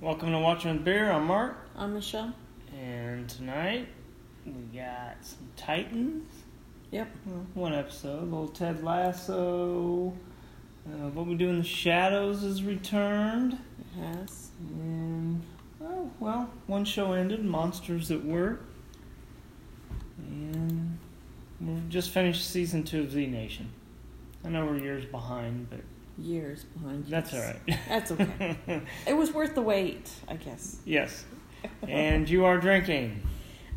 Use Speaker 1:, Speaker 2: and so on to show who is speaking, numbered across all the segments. Speaker 1: Welcome to Watching with Beer. I'm Mark,
Speaker 2: I'm Michelle.
Speaker 1: and tonight we got some Titans.
Speaker 2: Yep.
Speaker 1: Well, One episode, a little Ted Lasso. Uh, what we do in the shadows is returned,
Speaker 2: Yes.
Speaker 1: and oh well, one show ended. Monsters at Work, and we just finished season two of Z Nation. I know we're years behind, but
Speaker 2: Years behind.
Speaker 1: that's all
Speaker 2: us.
Speaker 1: right.
Speaker 2: That's okay. it was worth the wait, I guess.
Speaker 1: yes, and you are drinking.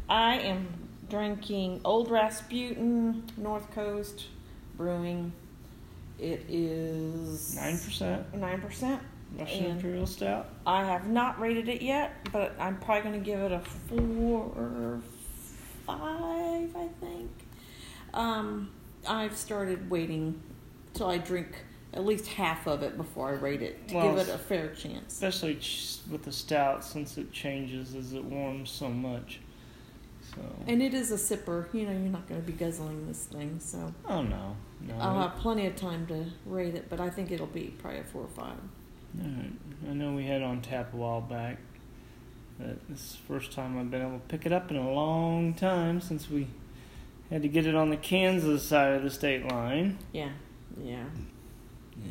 Speaker 2: I am drinking Old Rasputin North Coast Brewing. It is
Speaker 1: Nine percent
Speaker 2: Nine percent.
Speaker 1: Russian
Speaker 2: And-
Speaker 1: Imperial Stout.
Speaker 2: I have not rated it yet, but I'm probably going to give it a four or five, I think. Um, I've started waiting till I drink at least half of it before I rate it to
Speaker 1: Well,
Speaker 2: give it a fair chance.
Speaker 1: Especially ch- with the stout, since it changes as it warms so much. So
Speaker 2: And it is a sipper, you know, you're not going to be guzzling this thing, so
Speaker 1: oh no, no.
Speaker 2: I'll have plenty of time to rate it, but I think it'll be probably a four or five.
Speaker 1: Alright. I know we had on tap a while back, but this is the first time I've been able to pick it up in a long time since we had to get it on the Kansas side of the state line.
Speaker 2: Yeah, yeah.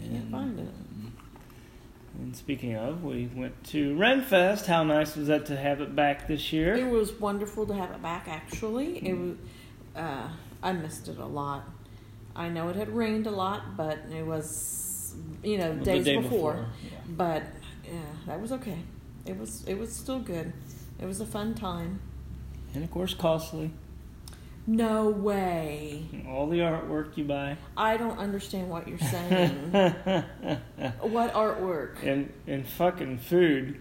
Speaker 2: Can't
Speaker 1: And- um,
Speaker 2: find it.
Speaker 1: And speaking of, we went to Renfest. How nice was that to have it back this year?
Speaker 2: It was wonderful to have it back. Actually, it was.
Speaker 1: Mm-hmm.
Speaker 2: Uh, I missed it a lot. I know it had rained a lot, but it was you know
Speaker 1: The
Speaker 2: days
Speaker 1: day
Speaker 2: before.
Speaker 1: Yeah.
Speaker 2: But yeah, that was okay. It was it was still good. It was a fun time.
Speaker 1: And of course, costly.
Speaker 2: No way.
Speaker 1: All the artwork you buy.
Speaker 2: I don't understand what you're saying. what artwork?
Speaker 1: and and fucking food.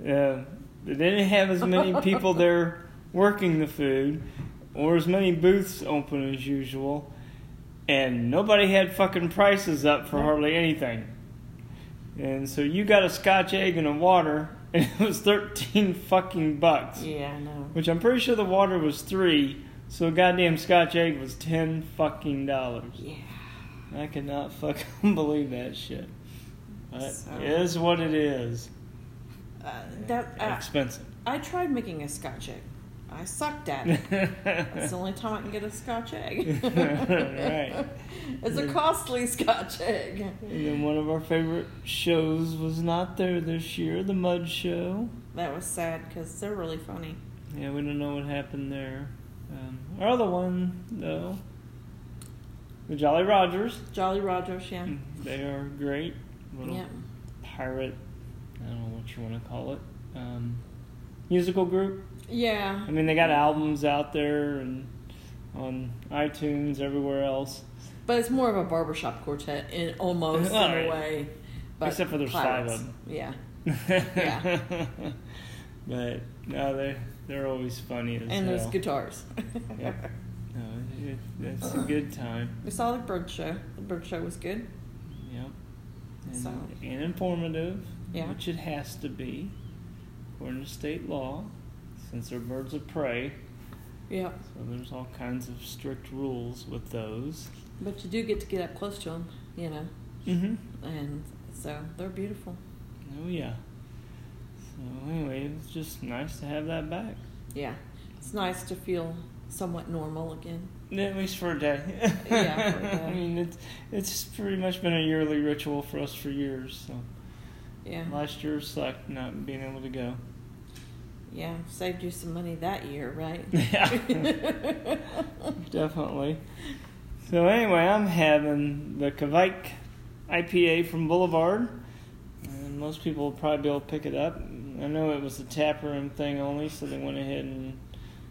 Speaker 1: Uh, they didn't have as many people there working the food, or as many booths open as usual, and nobody had fucking prices up for hardly anything. And so you got a Scotch egg and a water, and it was thirteen fucking bucks,
Speaker 2: Yeah, no.
Speaker 1: which I'm pretty sure the water was three. So goddamn Scotch egg was ten fucking dollars.
Speaker 2: Yeah.
Speaker 1: I cannot fucking believe that shit. That is
Speaker 2: So-
Speaker 1: what it is.
Speaker 2: Uh, that uh,
Speaker 1: Expensive.
Speaker 2: I tried making a scotch egg. I sucked at it. That's the
Speaker 1: right.
Speaker 2: only time I can get a scotch egg.
Speaker 1: And
Speaker 2: It's a costly scotch egg.
Speaker 1: then one of our favorite shows was not there this year, the Mud Show.
Speaker 2: That was sad because they're really funny.
Speaker 1: Yeah, we don't know what happened there. Um, our other one, though, the Jolly Rogers.
Speaker 2: Jolly Rogers, yeah.
Speaker 1: They are great. Mm, Little
Speaker 2: Yeah.
Speaker 1: pirate, I don't know what you want to call it, um, musical group.
Speaker 2: Yeah.
Speaker 1: I mean, they got albums out there and on iTunes, everywhere else,
Speaker 2: But it's more of a barbershop quartet in almost in
Speaker 1: Alright.
Speaker 2: a way. But
Speaker 1: except for there's five
Speaker 2: pirates.
Speaker 1: of them.
Speaker 2: Yeah.
Speaker 1: Yeah. but no, they they're always funny as
Speaker 2: And
Speaker 1: hell.
Speaker 2: there's guitars.
Speaker 1: Yep. No, it, it's a good time.
Speaker 2: We saw the bird show. The bird show was good.
Speaker 1: Yep. And,
Speaker 2: So-
Speaker 1: and informative,
Speaker 2: Yeah.
Speaker 1: which it has to be, according to state law, since they're birds of prey.
Speaker 2: Yep.
Speaker 1: So there's all kinds of strict rules with those.
Speaker 2: But you do get to get up close to them, you know.
Speaker 1: Mm-hmm.
Speaker 2: And so they're beautiful.
Speaker 1: Oh yeah. So anyway, it's just nice to have that back.
Speaker 2: Yeah. It's nice to feel somewhat normal again.
Speaker 1: At least for a day.
Speaker 2: Yeah, for a day.
Speaker 1: I mean, it's it's pretty much been a yearly ritual for us for years. So
Speaker 2: Yeah.
Speaker 1: last year sucked not being able to go.
Speaker 2: Yeah, saved you some money that year, right?
Speaker 1: Yeah, definitely. So anyway, I'm having the Kvike IPA from Boulevard, and most people will probably be able to pick it up. I know it was a tap room thing only, so they went ahead and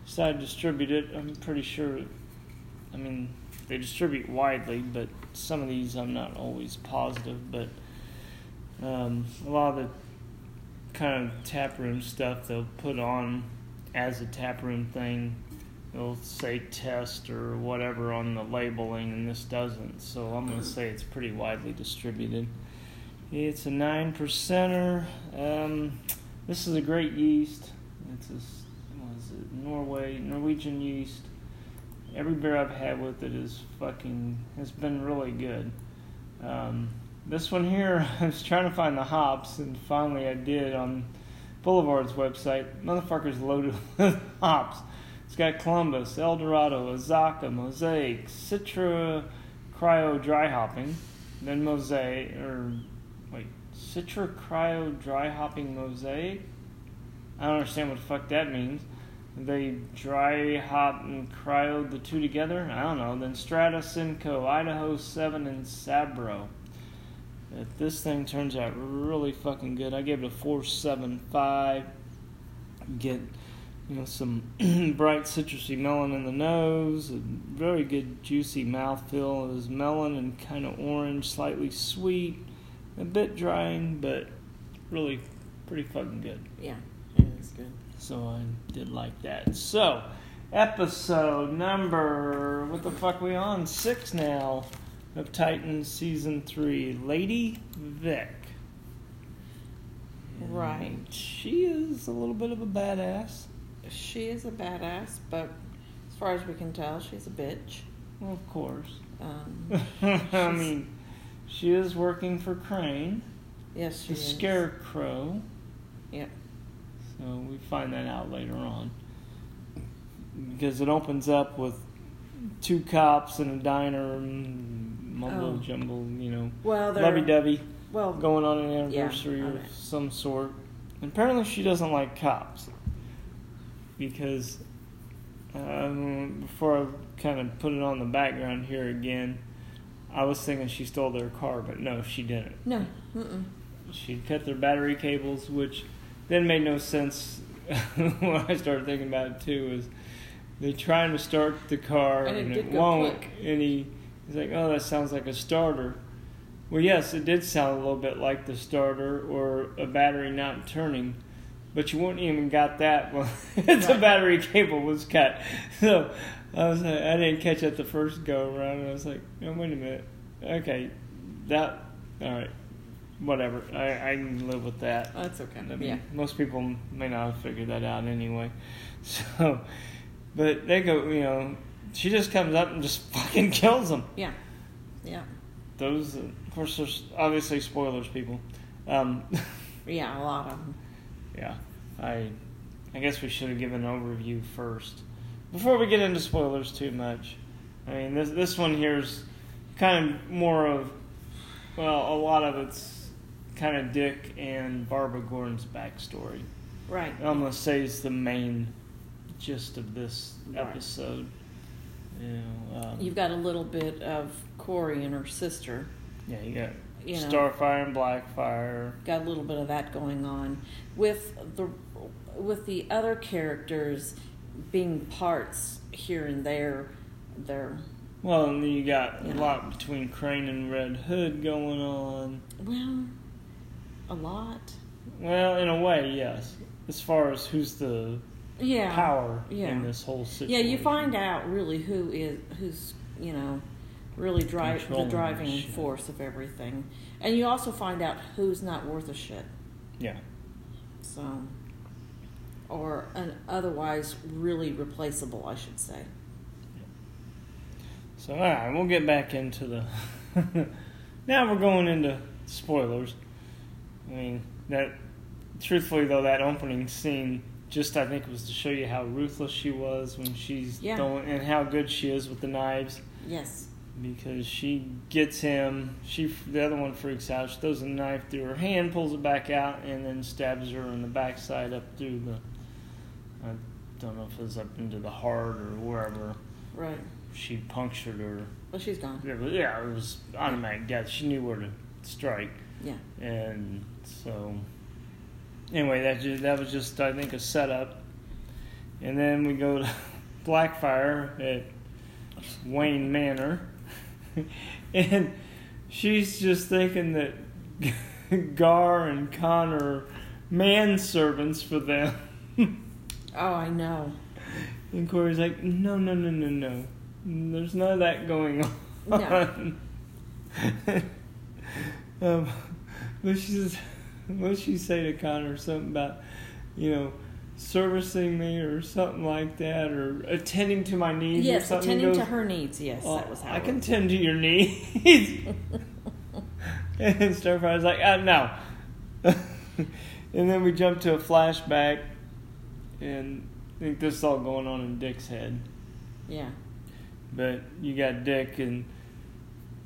Speaker 1: decided to distribute it. I'm pretty sure. I mean, they distribute widely, but some of these I'm not always positive. But um, a lot of the kind of tap room stuff they'll put on as a tap room thing. It'll say test or whatever on the labeling, and this doesn't. So I'm gonna say it's pretty widely distributed. It's a nine percenter. Um, this is a great yeast. It's a s- what is it Norway Norwegian yeast. Every beer I've had with it is fucking has been really good. Um, this one here, I was trying to find the hops, and finally I did on Boulevard's website. Motherfucker's loaded with hops. It's got Columbus, El Dorado, Azaka, Mosaic, Citra, Cryo dry hopping, then Mosaic, or wait, Citra Cryo dry hopping Mosaic? I don't understand what the fuck that means. They dry hop and cryo the two together? I don't know. Then Strata, Simcoe, Idaho 7, and Sabro. If this thing turns out really fucking good, I gave it a 475. Get, you know, some bright citrusy melon in the nose, a very good juicy mouthfeel. It was melon and kind of orange, slightly sweet, a bit drying, but really pretty fucking good.
Speaker 2: Yeah, it is good.
Speaker 1: So I did like that. So, episode number what the fuck we on? Six now of Titan season three. Lady Vic. And
Speaker 2: Right.
Speaker 1: She is a little bit of a badass.
Speaker 2: She is a badass, but as far as we can tell, she's a bitch.
Speaker 1: Well, of course.
Speaker 2: Um,
Speaker 1: I
Speaker 2: She's-
Speaker 1: mean, she is working for Crane,
Speaker 2: yes, she
Speaker 1: the
Speaker 2: is.
Speaker 1: Scarecrow.
Speaker 2: Yep.
Speaker 1: So we find that out later on. Because it opens up with two cops in a diner and mumble
Speaker 2: Oh.
Speaker 1: jumble, you know,
Speaker 2: Well, they're
Speaker 1: lovey dovey
Speaker 2: well.
Speaker 1: going on an
Speaker 2: Yeah,
Speaker 1: anniversary
Speaker 2: I
Speaker 1: of
Speaker 2: bet.
Speaker 1: some sort. And apparently, she doesn't like cops because um, before I kind of put it on the background here again, I was thinking she stole their car, but no, she didn't.
Speaker 2: No. Mm-mm.
Speaker 1: She'd cut their battery cables, which then made no sense when I started thinking about it too. Is they're trying to start the car
Speaker 2: And it
Speaker 1: and
Speaker 2: did
Speaker 1: it
Speaker 2: go
Speaker 1: won't.
Speaker 2: click.
Speaker 1: And he, he's like, "Oh, that sounds like a starter." Well, yes, it did sound a little bit like the starter or a battery not turning, but you wouldn't even got that when the
Speaker 2: Right.
Speaker 1: battery cable was cut. So I was like, I didn't catch it the first go around, and I was like, "No, wait a minute, okay, that all right." whatever. I, I can live with that.
Speaker 2: That's okay.
Speaker 1: I mean,
Speaker 2: yeah.
Speaker 1: Most people may not have figured that out anyway. So, but they go, you know, she just comes up and just fucking kills them.
Speaker 2: Yeah. Yeah.
Speaker 1: Those, of course, there's obviously spoilers, people. Um,
Speaker 2: Yeah. A lot of them.
Speaker 1: yeah, I, I guess we should have given an overview first before we get into spoilers too much. I mean, this this one here's kind of more of, well, a lot of it's kind of Dick and Barbara Gordon's backstory.
Speaker 2: Right.
Speaker 1: I'm gonna say it's the main gist of this
Speaker 2: Right.
Speaker 1: episode. You know, um,
Speaker 2: You've got a little bit of Corey and her sister.
Speaker 1: yeah, you got
Speaker 2: You know.
Speaker 1: Starfire and Blackfire.
Speaker 2: got a little bit of that going on with the with the other characters being parts here and there there
Speaker 1: Well, and then you got
Speaker 2: Yeah.
Speaker 1: a lot between Crane and Red Hood going on.
Speaker 2: well a lot
Speaker 1: Well, in a way, yes. As far as who's the
Speaker 2: yeah
Speaker 1: power
Speaker 2: yeah.
Speaker 1: in this whole
Speaker 2: yeah
Speaker 1: situation.
Speaker 2: you find out really who is who's you know really drive the
Speaker 1: Controlling
Speaker 2: driving
Speaker 1: shit.
Speaker 2: force of everything and you also find out who's not worth a shit
Speaker 1: Yeah.
Speaker 2: so or an otherwise really replaceable i should say
Speaker 1: So, all right, we'll get back into the. now we're going into spoilers. I mean, that. Truthfully, though, that opening scene just I think was to show you how ruthless she was when she's
Speaker 2: Yeah.
Speaker 1: throwing, and how good she is with the knives
Speaker 2: yes
Speaker 1: because she gets him. She the other one freaks out. She throws a knife through her hand, pulls it back out, and then stabs her in the backside up through the. I don't know if it was up into the heart or wherever
Speaker 2: right
Speaker 1: she punctured her
Speaker 2: well she's gone
Speaker 1: yeah, but yeah, it was automatic death. She knew where to strike,
Speaker 2: yeah
Speaker 1: and so anyway, that ju- that was just I think a setup. And then we go to Blackfire at Wayne Manor, and she's just thinking that Gar and Con are manservants for them.
Speaker 2: Oh, I know.
Speaker 1: And Corey's like, no, no, no, no, no. There's none of that going on.
Speaker 2: No.
Speaker 1: um, what she says, what she say to Connor? Something about, you know, servicing me or something like that, or attending to my needs. or
Speaker 2: Yes,
Speaker 1: something
Speaker 2: attending
Speaker 1: He
Speaker 2: to
Speaker 1: goes,
Speaker 2: her needs. Yes,
Speaker 1: "Well,
Speaker 2: that was how.
Speaker 1: I
Speaker 2: it
Speaker 1: can
Speaker 2: was.
Speaker 1: tend to your needs. and Starfire's like, uh, no. And then we jump to a flashback, and I think this is all going on in Dick's head.
Speaker 2: Yeah.
Speaker 1: But you got Dick and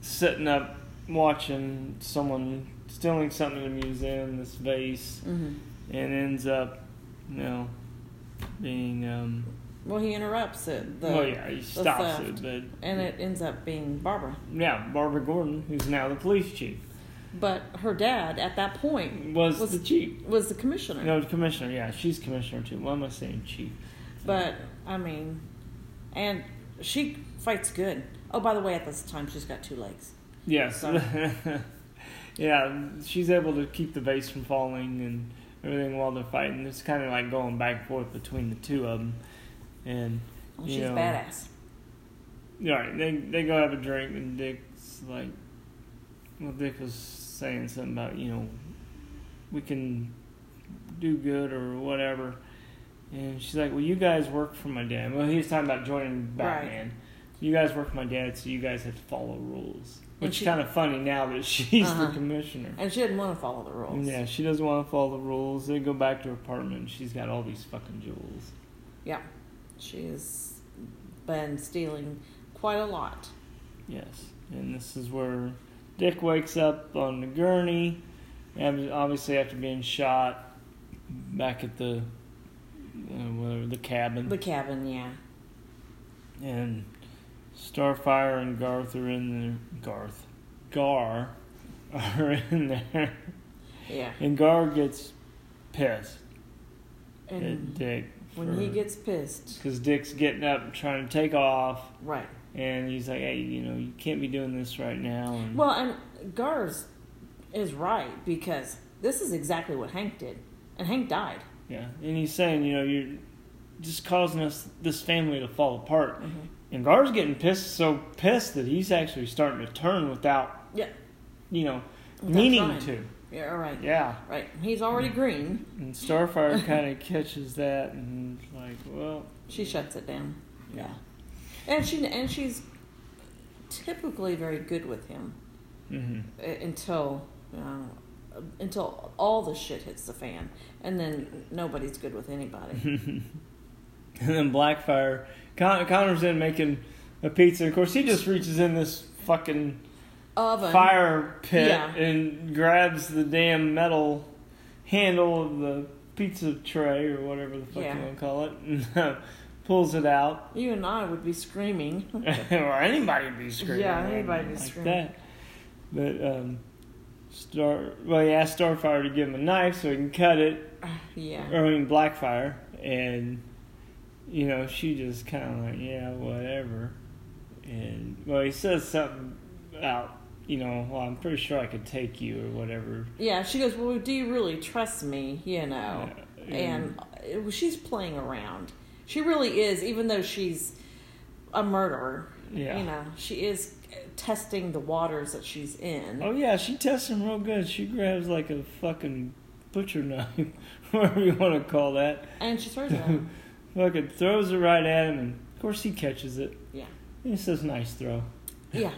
Speaker 1: sitting up watching someone stealing something in a museum, this vase,
Speaker 2: Mm-hmm.
Speaker 1: and ends up, you know, being. Um,
Speaker 2: Well, he interrupts it. The,
Speaker 1: well, yeah, he stops it,
Speaker 2: theft.
Speaker 1: but
Speaker 2: And it ends up being Barbara.
Speaker 1: yeah, Barbara Gordon, who's now the police chief,
Speaker 2: But her dad, at that point,
Speaker 1: was,
Speaker 2: Was-
Speaker 1: the chief.
Speaker 2: was the commissioner.
Speaker 1: No, commissioner. Yeah, she's commissioner too. Why am I saying chief?
Speaker 2: But, I mean, and she fights good. Oh, by the way, at this time, she's got two legs.
Speaker 1: Yes.
Speaker 2: So-
Speaker 1: yeah, she's able to keep the vase from falling and everything while they're fighting. It's kind of like going back and forth between the two of them. And
Speaker 2: Well,
Speaker 1: You
Speaker 2: Oh, she's
Speaker 1: know.
Speaker 2: badass.
Speaker 1: all right, they they go have a drink, and Dick's like, well, Dick was saying something about you know, we can do good or whatever. And she's like, well, you guys work for my dad. Well, he was talking about joining Batman. You guys work for my dad, so you guys have to follow rules.
Speaker 2: And
Speaker 1: Which is
Speaker 2: she-
Speaker 1: kind of funny now that she's
Speaker 2: Uh-huh.
Speaker 1: the commissioner.
Speaker 2: And she didn't want to follow the rules.
Speaker 1: Yeah, she doesn't want to follow the rules. They go back to her apartment. and She's got all these fucking jewels.
Speaker 2: Yeah. She's been stealing quite a lot.
Speaker 1: Yes, and this is where Dick wakes up on the gurney, and obviously after being shot back at the uh, whatever the cabin,
Speaker 2: The cabin, yeah.
Speaker 1: and Starfire and Garth are in there. Garth, Gar, are in there,
Speaker 2: Yeah.
Speaker 1: and Gar gets pissed at
Speaker 2: And
Speaker 1: Dick
Speaker 2: when he gets pissed,
Speaker 1: because Dick's getting up trying to take off.
Speaker 2: right.
Speaker 1: and he's like, "Hey, you know, you can't be doing this right now." And
Speaker 2: Well, and Garz is right because this is exactly what Hank did. And Hank died.
Speaker 1: yeah, and he's saying, "You know, you're just causing us this family to fall apart." And Gar's getting pissed, so pissed that he's actually starting to turn without,
Speaker 2: Yeah.
Speaker 1: you know,
Speaker 2: Without
Speaker 1: meaning
Speaker 2: trying.
Speaker 1: to.
Speaker 2: Yeah, all right.
Speaker 1: Yeah,
Speaker 2: Right. He's already green.
Speaker 1: and Starfire kind of catches that and is like, "Well,
Speaker 2: She shuts it down.
Speaker 1: yeah,
Speaker 2: And she and she's typically very good with him
Speaker 1: hmm
Speaker 2: uh, until uh, until all the shit hits the fan and then nobody's good with anybody.
Speaker 1: Mm-hmm. And then Blackfire, Con- Connor's in making a pizza. Of course, he just reaches in this fucking
Speaker 2: Oven.
Speaker 1: fire pit
Speaker 2: Yeah.
Speaker 1: and grabs the damn metal handle of the pizza tray or whatever the fuck
Speaker 2: Yeah.
Speaker 1: you want to call it and uh, pulls it out.
Speaker 2: You and I would be screaming.
Speaker 1: or anybody would be screaming.
Speaker 2: Yeah,
Speaker 1: or
Speaker 2: anybody
Speaker 1: anything
Speaker 2: would
Speaker 1: like
Speaker 2: scream.
Speaker 1: That. But, um, Star, well, he asked Starfire to give him a knife so he can cut it,
Speaker 2: yeah.
Speaker 1: or I mean, Blackfire, and, you know, she just kind of like, yeah, whatever. And, well, he says something about, you know, well, I'm pretty sure I could take you or whatever.
Speaker 2: Yeah, she goes, Well, do you really trust me? You know. Oh, And uh, she's playing around. She really is, even though she's a murderer.
Speaker 1: Yeah.
Speaker 2: You know, she is testing the waters that she's in.
Speaker 1: oh yeah, she tests him real good. She grabs like a fucking butcher knife, whatever you want to call that.
Speaker 2: And she throws it at him.
Speaker 1: Fucking throws it right at him, and of course he catches it.
Speaker 2: Yeah.
Speaker 1: And he says, "Nice throw."
Speaker 2: Yeah.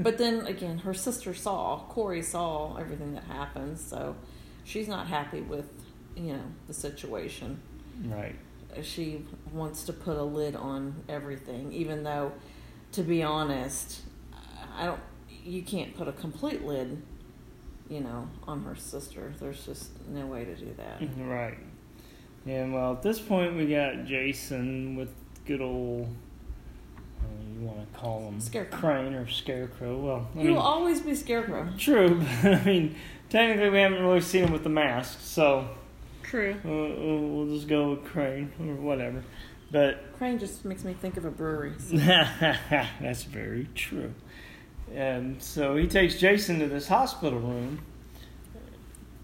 Speaker 2: But then again, her sister saw, Corey saw everything that happened, so she's not happy with, you know, the situation.
Speaker 1: Right.
Speaker 2: She wants to put a lid on everything, even though, to be honest, I don't, you can't put a complete lid, you know, on her sister. There's just no way to do that.
Speaker 1: Mm-hmm. Right. And well, at this point we got Jason with good old. I don't know, You want to call him
Speaker 2: Scarecrow.
Speaker 1: Crane or Scarecrow? Well, I
Speaker 2: He will
Speaker 1: mean,
Speaker 2: always be Scarecrow.
Speaker 1: true, but I mean, technically we haven't really seen him with the mask, so
Speaker 2: True.
Speaker 1: Uh, uh, we'll just go with Crane or whatever. But
Speaker 2: Crane just makes me think of a brewery. so-
Speaker 1: that's very true. And so he takes Jason to this hospital room.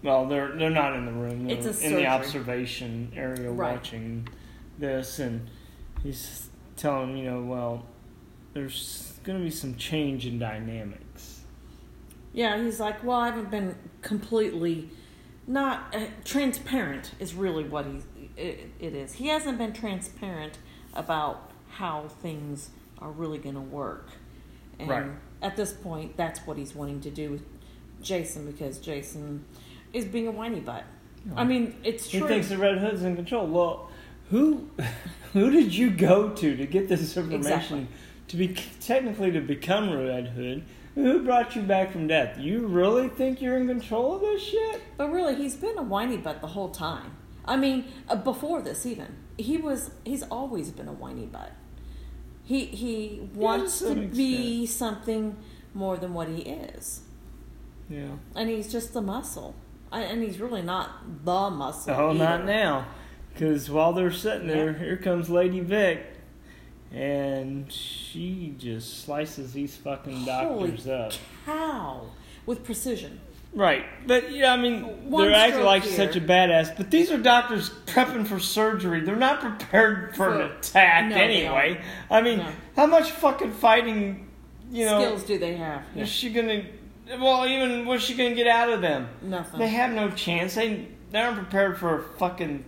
Speaker 1: Well, they're they're not in the room. They're
Speaker 2: It's a
Speaker 1: in
Speaker 2: surgery.
Speaker 1: the observation area
Speaker 2: Right.
Speaker 1: watching this, and he's telling you know, well, there's going to be some change in dynamics.
Speaker 2: Yeah, he's like, well, I haven't been completely not uh, transparent is really what he it, it is. He hasn't been transparent about how things are really going to work. And
Speaker 1: Right.
Speaker 2: at this point, that's what he's wanting to do with Jason because Jason is being a whiny butt. I mean, it's
Speaker 1: He
Speaker 2: true.
Speaker 1: thinks the Red Hood's in control. Well, who who did you go to to get this information?
Speaker 2: Exactly.
Speaker 1: To be technically to become Red Hood, who brought you back from death? You really think you're in control of this shit?
Speaker 2: But really, he's been a whiny butt the whole time. I mean, uh, before this even, he was. He's always been a whiny butt. He he wants
Speaker 1: to
Speaker 2: to
Speaker 1: an
Speaker 2: be something more than what he is,
Speaker 1: Yeah.
Speaker 2: and he's just the muscle. I, and he's really not the muscle.
Speaker 1: Oh, not
Speaker 2: either.
Speaker 1: now. Because while they're sitting there, here comes Lady Vic. And she just slices these fucking doctors
Speaker 2: Holy
Speaker 1: up.
Speaker 2: cow! With precision.
Speaker 1: Right. But, yeah, I mean,
Speaker 2: One
Speaker 1: they're acting
Speaker 2: stroke
Speaker 1: like
Speaker 2: here.
Speaker 1: such a badass. But these are doctors prepping for surgery. They're not prepared for, an
Speaker 2: For-
Speaker 1: attack
Speaker 2: No, they
Speaker 1: anyway. I mean,
Speaker 2: No.
Speaker 1: how much fucking fighting, you know,
Speaker 2: Skills do they have?
Speaker 1: is she going to. Well, even what's she going to get out of them?
Speaker 2: Nothing.
Speaker 1: They have no chance. They they aren't prepared for a fucking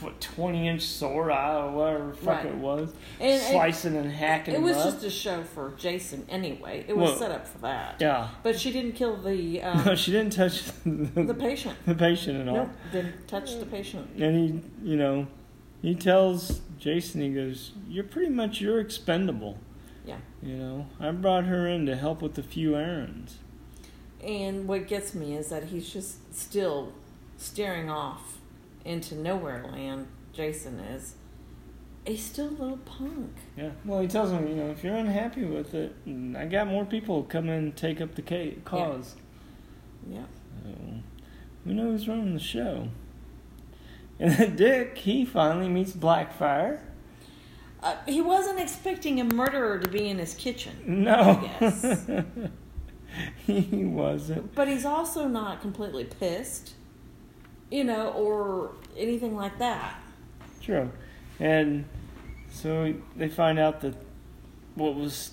Speaker 1: what twenty inch sword eye or whatever the fuck
Speaker 2: Right.
Speaker 1: it was,
Speaker 2: And- and-
Speaker 1: slicing and hacking.
Speaker 2: it was
Speaker 1: them up.
Speaker 2: just a show for Jason anyway. It was
Speaker 1: Well,
Speaker 2: set up for that.
Speaker 1: yeah.
Speaker 2: But she didn't kill the
Speaker 1: No,
Speaker 2: um,
Speaker 1: she didn't touch the,
Speaker 2: the patient.
Speaker 1: the patient at all.
Speaker 2: Nope, didn't touch the patient.
Speaker 1: And he, you know, he tells Jason, he goes, "You're pretty much you're expendable."
Speaker 2: Yeah.
Speaker 1: You know, I brought her in to help with a few errands.
Speaker 2: And what gets me is that he's just still staring off into nowhere land. Jason is. He's still a little punk.
Speaker 1: Yeah. Well, he tells him, you know, if you're unhappy with it, I got more people come in and take up the ca- cause.
Speaker 2: Yeah.
Speaker 1: So, who knows who's running the show? And then Dick, he finally meets Blackfire.
Speaker 2: Uh, he wasn't expecting a murderer to be in his kitchen,
Speaker 1: No.
Speaker 2: Yes.
Speaker 1: he wasn't.
Speaker 2: but he's also not completely pissed, you know, or anything like that.
Speaker 1: True. And so they find out that what was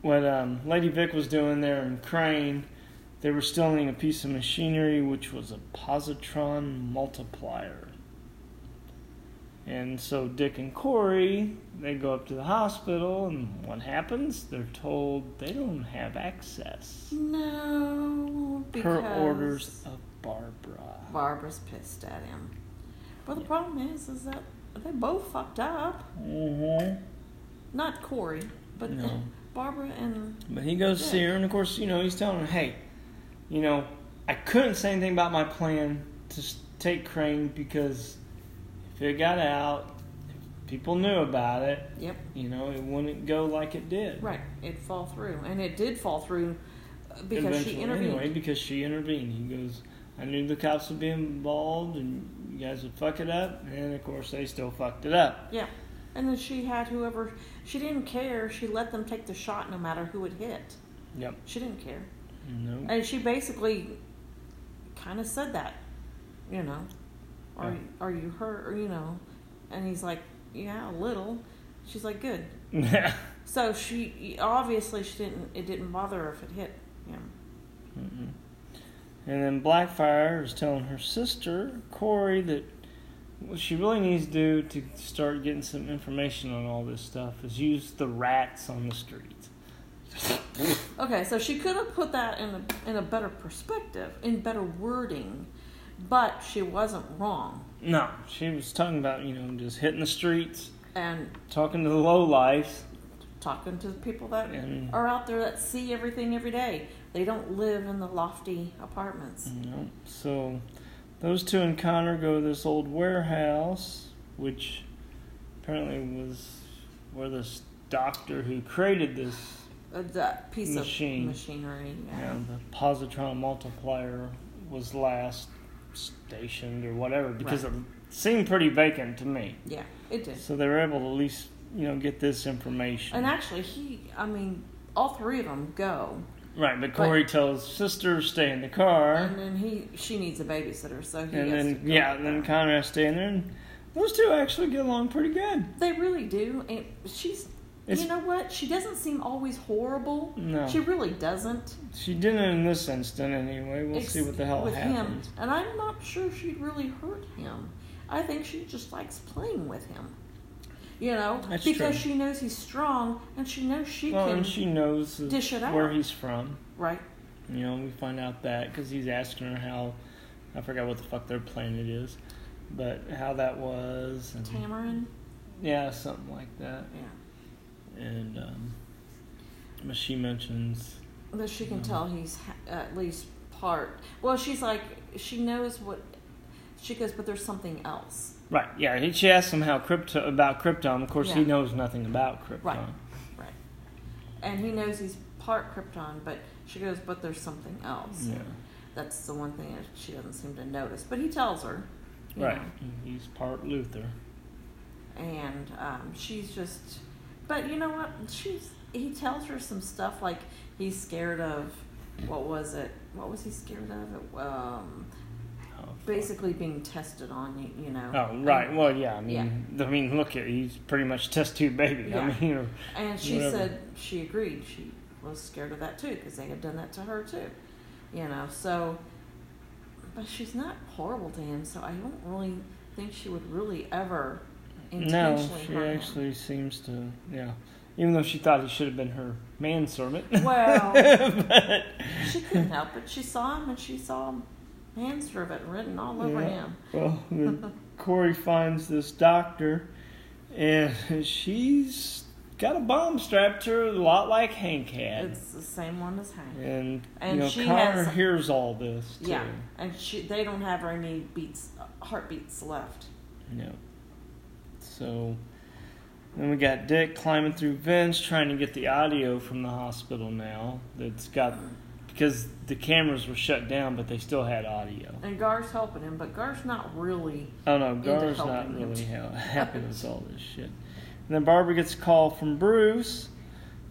Speaker 1: what um, Lady Vic was doing there in Crane, they were stealing a piece of machinery which was a positron multiplier. And so Dick and Corey, they go up to the hospital, and what happens? They're told they don't have access.
Speaker 2: No, because
Speaker 1: Per orders of Barbara.
Speaker 2: Barbara's pissed at him. Well, the problem is, is that they both fucked up.
Speaker 1: Mm-hmm.
Speaker 2: Not Corey, but
Speaker 1: No.
Speaker 2: Barbara and
Speaker 1: But he goes to see her, and of course, you know, he's telling her, hey, you know, I couldn't say anything about my plan to s- take Crane because if it got out, if people knew about it,
Speaker 2: yep,
Speaker 1: you know, it wouldn't go like it did.
Speaker 2: right. It fall through, and it did fall through uh, because
Speaker 1: Eventually,
Speaker 2: she intervened.
Speaker 1: Anyway, because she intervened. He goes, I knew the cops would be involved and you guys would fuck it up. And of course, they still fucked it up.
Speaker 2: Yeah, and then she had whoever she didn't care. She let them take the shot, no matter who it hit.
Speaker 1: Yep.
Speaker 2: She didn't care,
Speaker 1: No.
Speaker 2: and she basically kind of said that, you know, are
Speaker 1: Yeah.
Speaker 2: are you hurt or you know, and he's like, yeah, a little. She's like, good. So she obviously she didn't. It didn't bother her if it hit him.
Speaker 1: Mm-mm. Mm-hmm. And then Blackfire is telling her sister, Corey, that what she really needs to do to start getting some information on all this stuff is use the rats on the streets.
Speaker 2: Okay, so she could have put that in a in a better perspective, in better wording, but she wasn't wrong.
Speaker 1: No, she was talking about, you know, just hitting the streets,
Speaker 2: And
Speaker 1: talking to the lowlifes.
Speaker 2: talking to the people that
Speaker 1: And-
Speaker 2: are out there that see everything every day, they don't live in the lofty apartments.
Speaker 1: You know, so those two and Connor go to this old warehouse, which apparently was where this doctor who created this
Speaker 2: Uh, That piece
Speaker 1: Machine.
Speaker 2: of machinery. Yeah.
Speaker 1: and the positron multiplier was last stationed or whatever because it seemed pretty vacant to me.
Speaker 2: yeah, it did.
Speaker 1: So they were able to at least you know get this information.
Speaker 2: And actually, he, I mean, all three of them go,
Speaker 1: right, but Corey tells sister stay in the car,
Speaker 2: and then he, she needs a babysitter, so he.
Speaker 1: and
Speaker 2: has
Speaker 1: then
Speaker 2: to go
Speaker 1: yeah,
Speaker 2: with
Speaker 1: and then
Speaker 2: her.
Speaker 1: Conrad stay in there, and those two actually get along pretty good.
Speaker 2: They really do, and she's.
Speaker 1: It's-
Speaker 2: you know what? She doesn't seem always horrible.
Speaker 1: No.
Speaker 2: She really doesn't.
Speaker 1: She didn't in this instant anyway. We'll
Speaker 2: Ex-
Speaker 1: see what the hell
Speaker 2: with
Speaker 1: happens.
Speaker 2: him, and I'm not sure she really hurt him. I think she just likes playing with him. You know,
Speaker 1: That's
Speaker 2: because
Speaker 1: true.
Speaker 2: she knows he's strong, and she knows she
Speaker 1: Well,
Speaker 2: can.
Speaker 1: and she knows
Speaker 2: dish it
Speaker 1: where
Speaker 2: out.
Speaker 1: he's from.
Speaker 2: right.
Speaker 1: You know, we find out that because he's asking her how I forgot what the fuck their planet is, but how that was. And,
Speaker 2: Tamarind.
Speaker 1: Yeah, something like that.
Speaker 2: Yeah.
Speaker 1: And um, she mentions
Speaker 2: But she can
Speaker 1: No.
Speaker 2: tell he's ha- at least part. Well, she's like, she knows what. She goes, but there's something else.
Speaker 1: Right. Yeah. He, she asked him how crypto about Krypton. Of course, he
Speaker 2: Yeah.
Speaker 1: knows nothing about Krypton.
Speaker 2: Right. Right. And he knows he's part Krypton, but she goes, but there's something else.
Speaker 1: Yeah.
Speaker 2: That's the one thing that she doesn't seem to notice. But he tells her. you
Speaker 1: Right.
Speaker 2: know.
Speaker 1: He's part Luther.
Speaker 2: and um, she's just but you know what she's he tells her some stuff like he's scared of what was it what was he scared of it um,
Speaker 1: Oh, fuck.
Speaker 2: basically being tested on you you know
Speaker 1: Oh right.
Speaker 2: And-
Speaker 1: Well, yeah. I mean, I mean, look at he's pretty much test tube baby. I
Speaker 2: Yeah.
Speaker 1: mean, you know,
Speaker 2: and she
Speaker 1: whatever.
Speaker 2: said she agreed she was scared of that too because they had done that to her too you know so but she's not horrible to him so i don't really think she would really ever
Speaker 1: no,
Speaker 2: intentionally
Speaker 1: she
Speaker 2: hurt him.
Speaker 1: actually seems to. Yeah. Even though she thought he should have been her manservant.
Speaker 2: well
Speaker 1: but
Speaker 2: She couldn't help it. She saw him and she saw manservant written all over
Speaker 1: Yeah.
Speaker 2: him.
Speaker 1: well, then Corey finds this doctor, and she's got a bomb strapped to her, a lot like Hank had.
Speaker 2: It's the same one as Hank. Yeah.
Speaker 1: And,
Speaker 2: And
Speaker 1: you know,
Speaker 2: she
Speaker 1: Connor
Speaker 2: has-
Speaker 1: hears all this too.
Speaker 2: And she they don't have her any beats heartbeats left.
Speaker 1: No. So then we got Dick climbing through vents trying to get the audio from the hospital now. That's got because the cameras were shut down, but they still had audio.
Speaker 2: And Gar's helping him, but Gar's not really
Speaker 1: Oh no,
Speaker 2: Into
Speaker 1: Gar's not
Speaker 2: helping him.
Speaker 1: really ha- happy with all this shit. And then Barbara gets a call from Bruce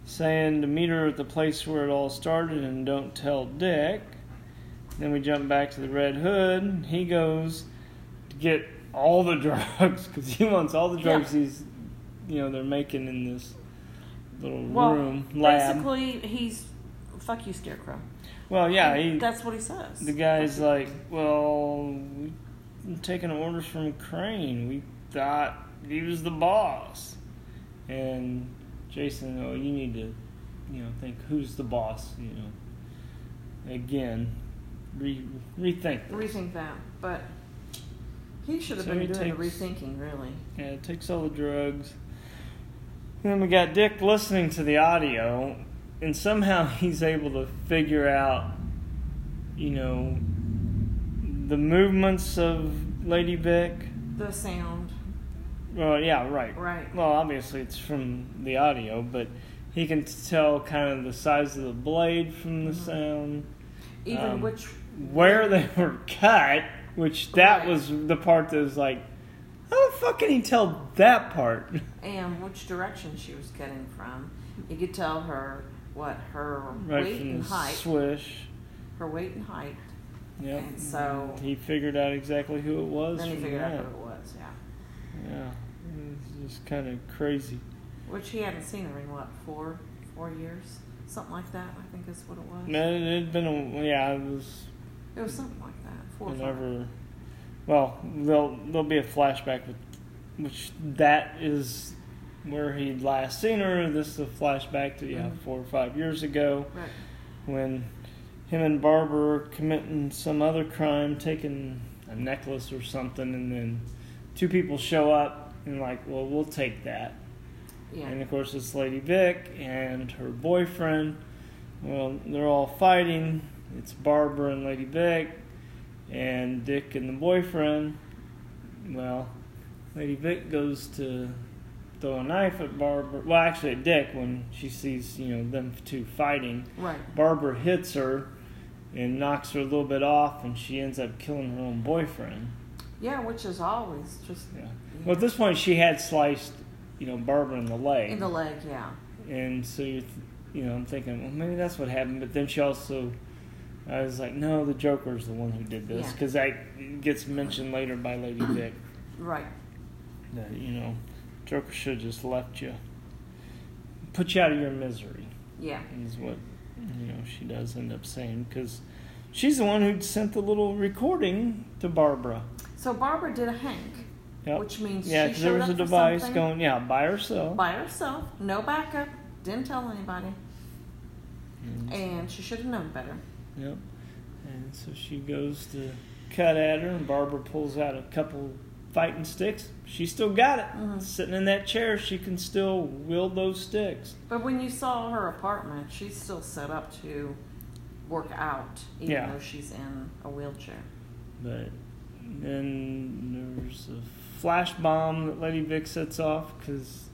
Speaker 1: saying to meet her at the place where it all started and don't tell Dick. Then we jump back to the Red Hood. and He goes to get all the drugs because he wants all the drugs he's, you know, they're making in this little
Speaker 2: well
Speaker 1: room lab.
Speaker 2: basically he's fuck you scarecrow.
Speaker 1: well, yeah, he,
Speaker 2: That's what he says.
Speaker 1: the guy's like, well, we're taking orders from Crane. We thought he was the boss. And Jason, oh, you need to, you know, think who's the boss, you know. Again, re- rethink this.
Speaker 2: Rethink that. But he should have
Speaker 1: So he
Speaker 2: been doing the
Speaker 1: takes-
Speaker 2: rethinking really.
Speaker 1: Yeah, it takes all the drugs. Then we got Dick listening to the audio, and somehow he's able to figure out, you know, the movements of Lady Vic.
Speaker 2: The sound.
Speaker 1: Well, yeah, right.
Speaker 2: Right.
Speaker 1: Well, obviously it's from the audio, but he can tell kind of the size of the blade from the
Speaker 2: Mm-hmm.
Speaker 1: sound,
Speaker 2: Even
Speaker 1: um,
Speaker 2: which
Speaker 1: where they were cut, which that
Speaker 2: Right.
Speaker 1: was the part that was like, how the fuck can he tell that part?
Speaker 2: and which direction she was cutting from. You could tell her what her
Speaker 1: Right
Speaker 2: weight
Speaker 1: from
Speaker 2: and
Speaker 1: the
Speaker 2: height,
Speaker 1: swish.
Speaker 2: her weight and height.
Speaker 1: Yep.
Speaker 2: And so-
Speaker 1: he figured out exactly who it was.
Speaker 2: Then you
Speaker 1: from
Speaker 2: figured out
Speaker 1: that.
Speaker 2: who it was, yeah.
Speaker 1: Yeah, it's just kind of crazy.
Speaker 2: Which he hadn't seen her in what four, four years, something like that. I think is what it was.
Speaker 1: No, it had been a yeah. It was
Speaker 2: It was something like that. Four. or five.
Speaker 1: whenever. Well, there'll there'll be a flashback with which that is where he'd last seen her. This is a flashback to yeah
Speaker 2: Mhm.
Speaker 1: four or five years ago
Speaker 2: Right.
Speaker 1: when him and Barbara were committing some other crime, taking a necklace or something, and then two people show up and like, well, we'll take that.
Speaker 2: Yeah.
Speaker 1: And of course, it's Lady Vic and her boyfriend. Well, they're all fighting. It's Barbara and Lady Vic, and Dick and the boyfriend. Well, Lady Vic goes to throw a knife at Barbara. Well, actually, at Dick when she sees you know them two fighting.
Speaker 2: right.
Speaker 1: Barbara hits her and knocks her a little bit off, and she ends up killing her own boyfriend.
Speaker 2: Yeah, which is always just
Speaker 1: Yeah. Well, at this point, she had sliced, you know, Barbara in the leg.
Speaker 2: in the leg. Yeah.
Speaker 1: And so you, th- you know, I'm thinking, well, maybe that's what happened. But then she also, I was like, no, the Joker's the one who did this
Speaker 2: Yeah.
Speaker 1: because that gets mentioned later by Lady Dick.
Speaker 2: Right.
Speaker 1: That you know, Joker should have just left you, put you out of your misery,
Speaker 2: Yeah.
Speaker 1: is what you know she does end up saying because she's the one who sent the little recording to Barbara.
Speaker 2: So Barbara did a Hank,
Speaker 1: Yep.
Speaker 2: which means
Speaker 1: yeah,
Speaker 2: she
Speaker 1: there
Speaker 2: showed
Speaker 1: was a
Speaker 2: up for
Speaker 1: device
Speaker 2: something
Speaker 1: going, yeah, by herself.
Speaker 2: by herself, no backup, didn't tell anybody,
Speaker 1: And- Mm-hmm.
Speaker 2: and she should have known better.
Speaker 1: Yep. And so she goes to cut at her, and Barbara pulls out a couple fighting sticks. She still got it.
Speaker 2: Mhm.
Speaker 1: Sitting in that chair, she can still wield those sticks.
Speaker 2: But when you saw her apartment, she's still set up to work out, even
Speaker 1: Yeah.
Speaker 2: though she's in a wheelchair.
Speaker 1: But then there's a flash bomb that Lady Vic sets off because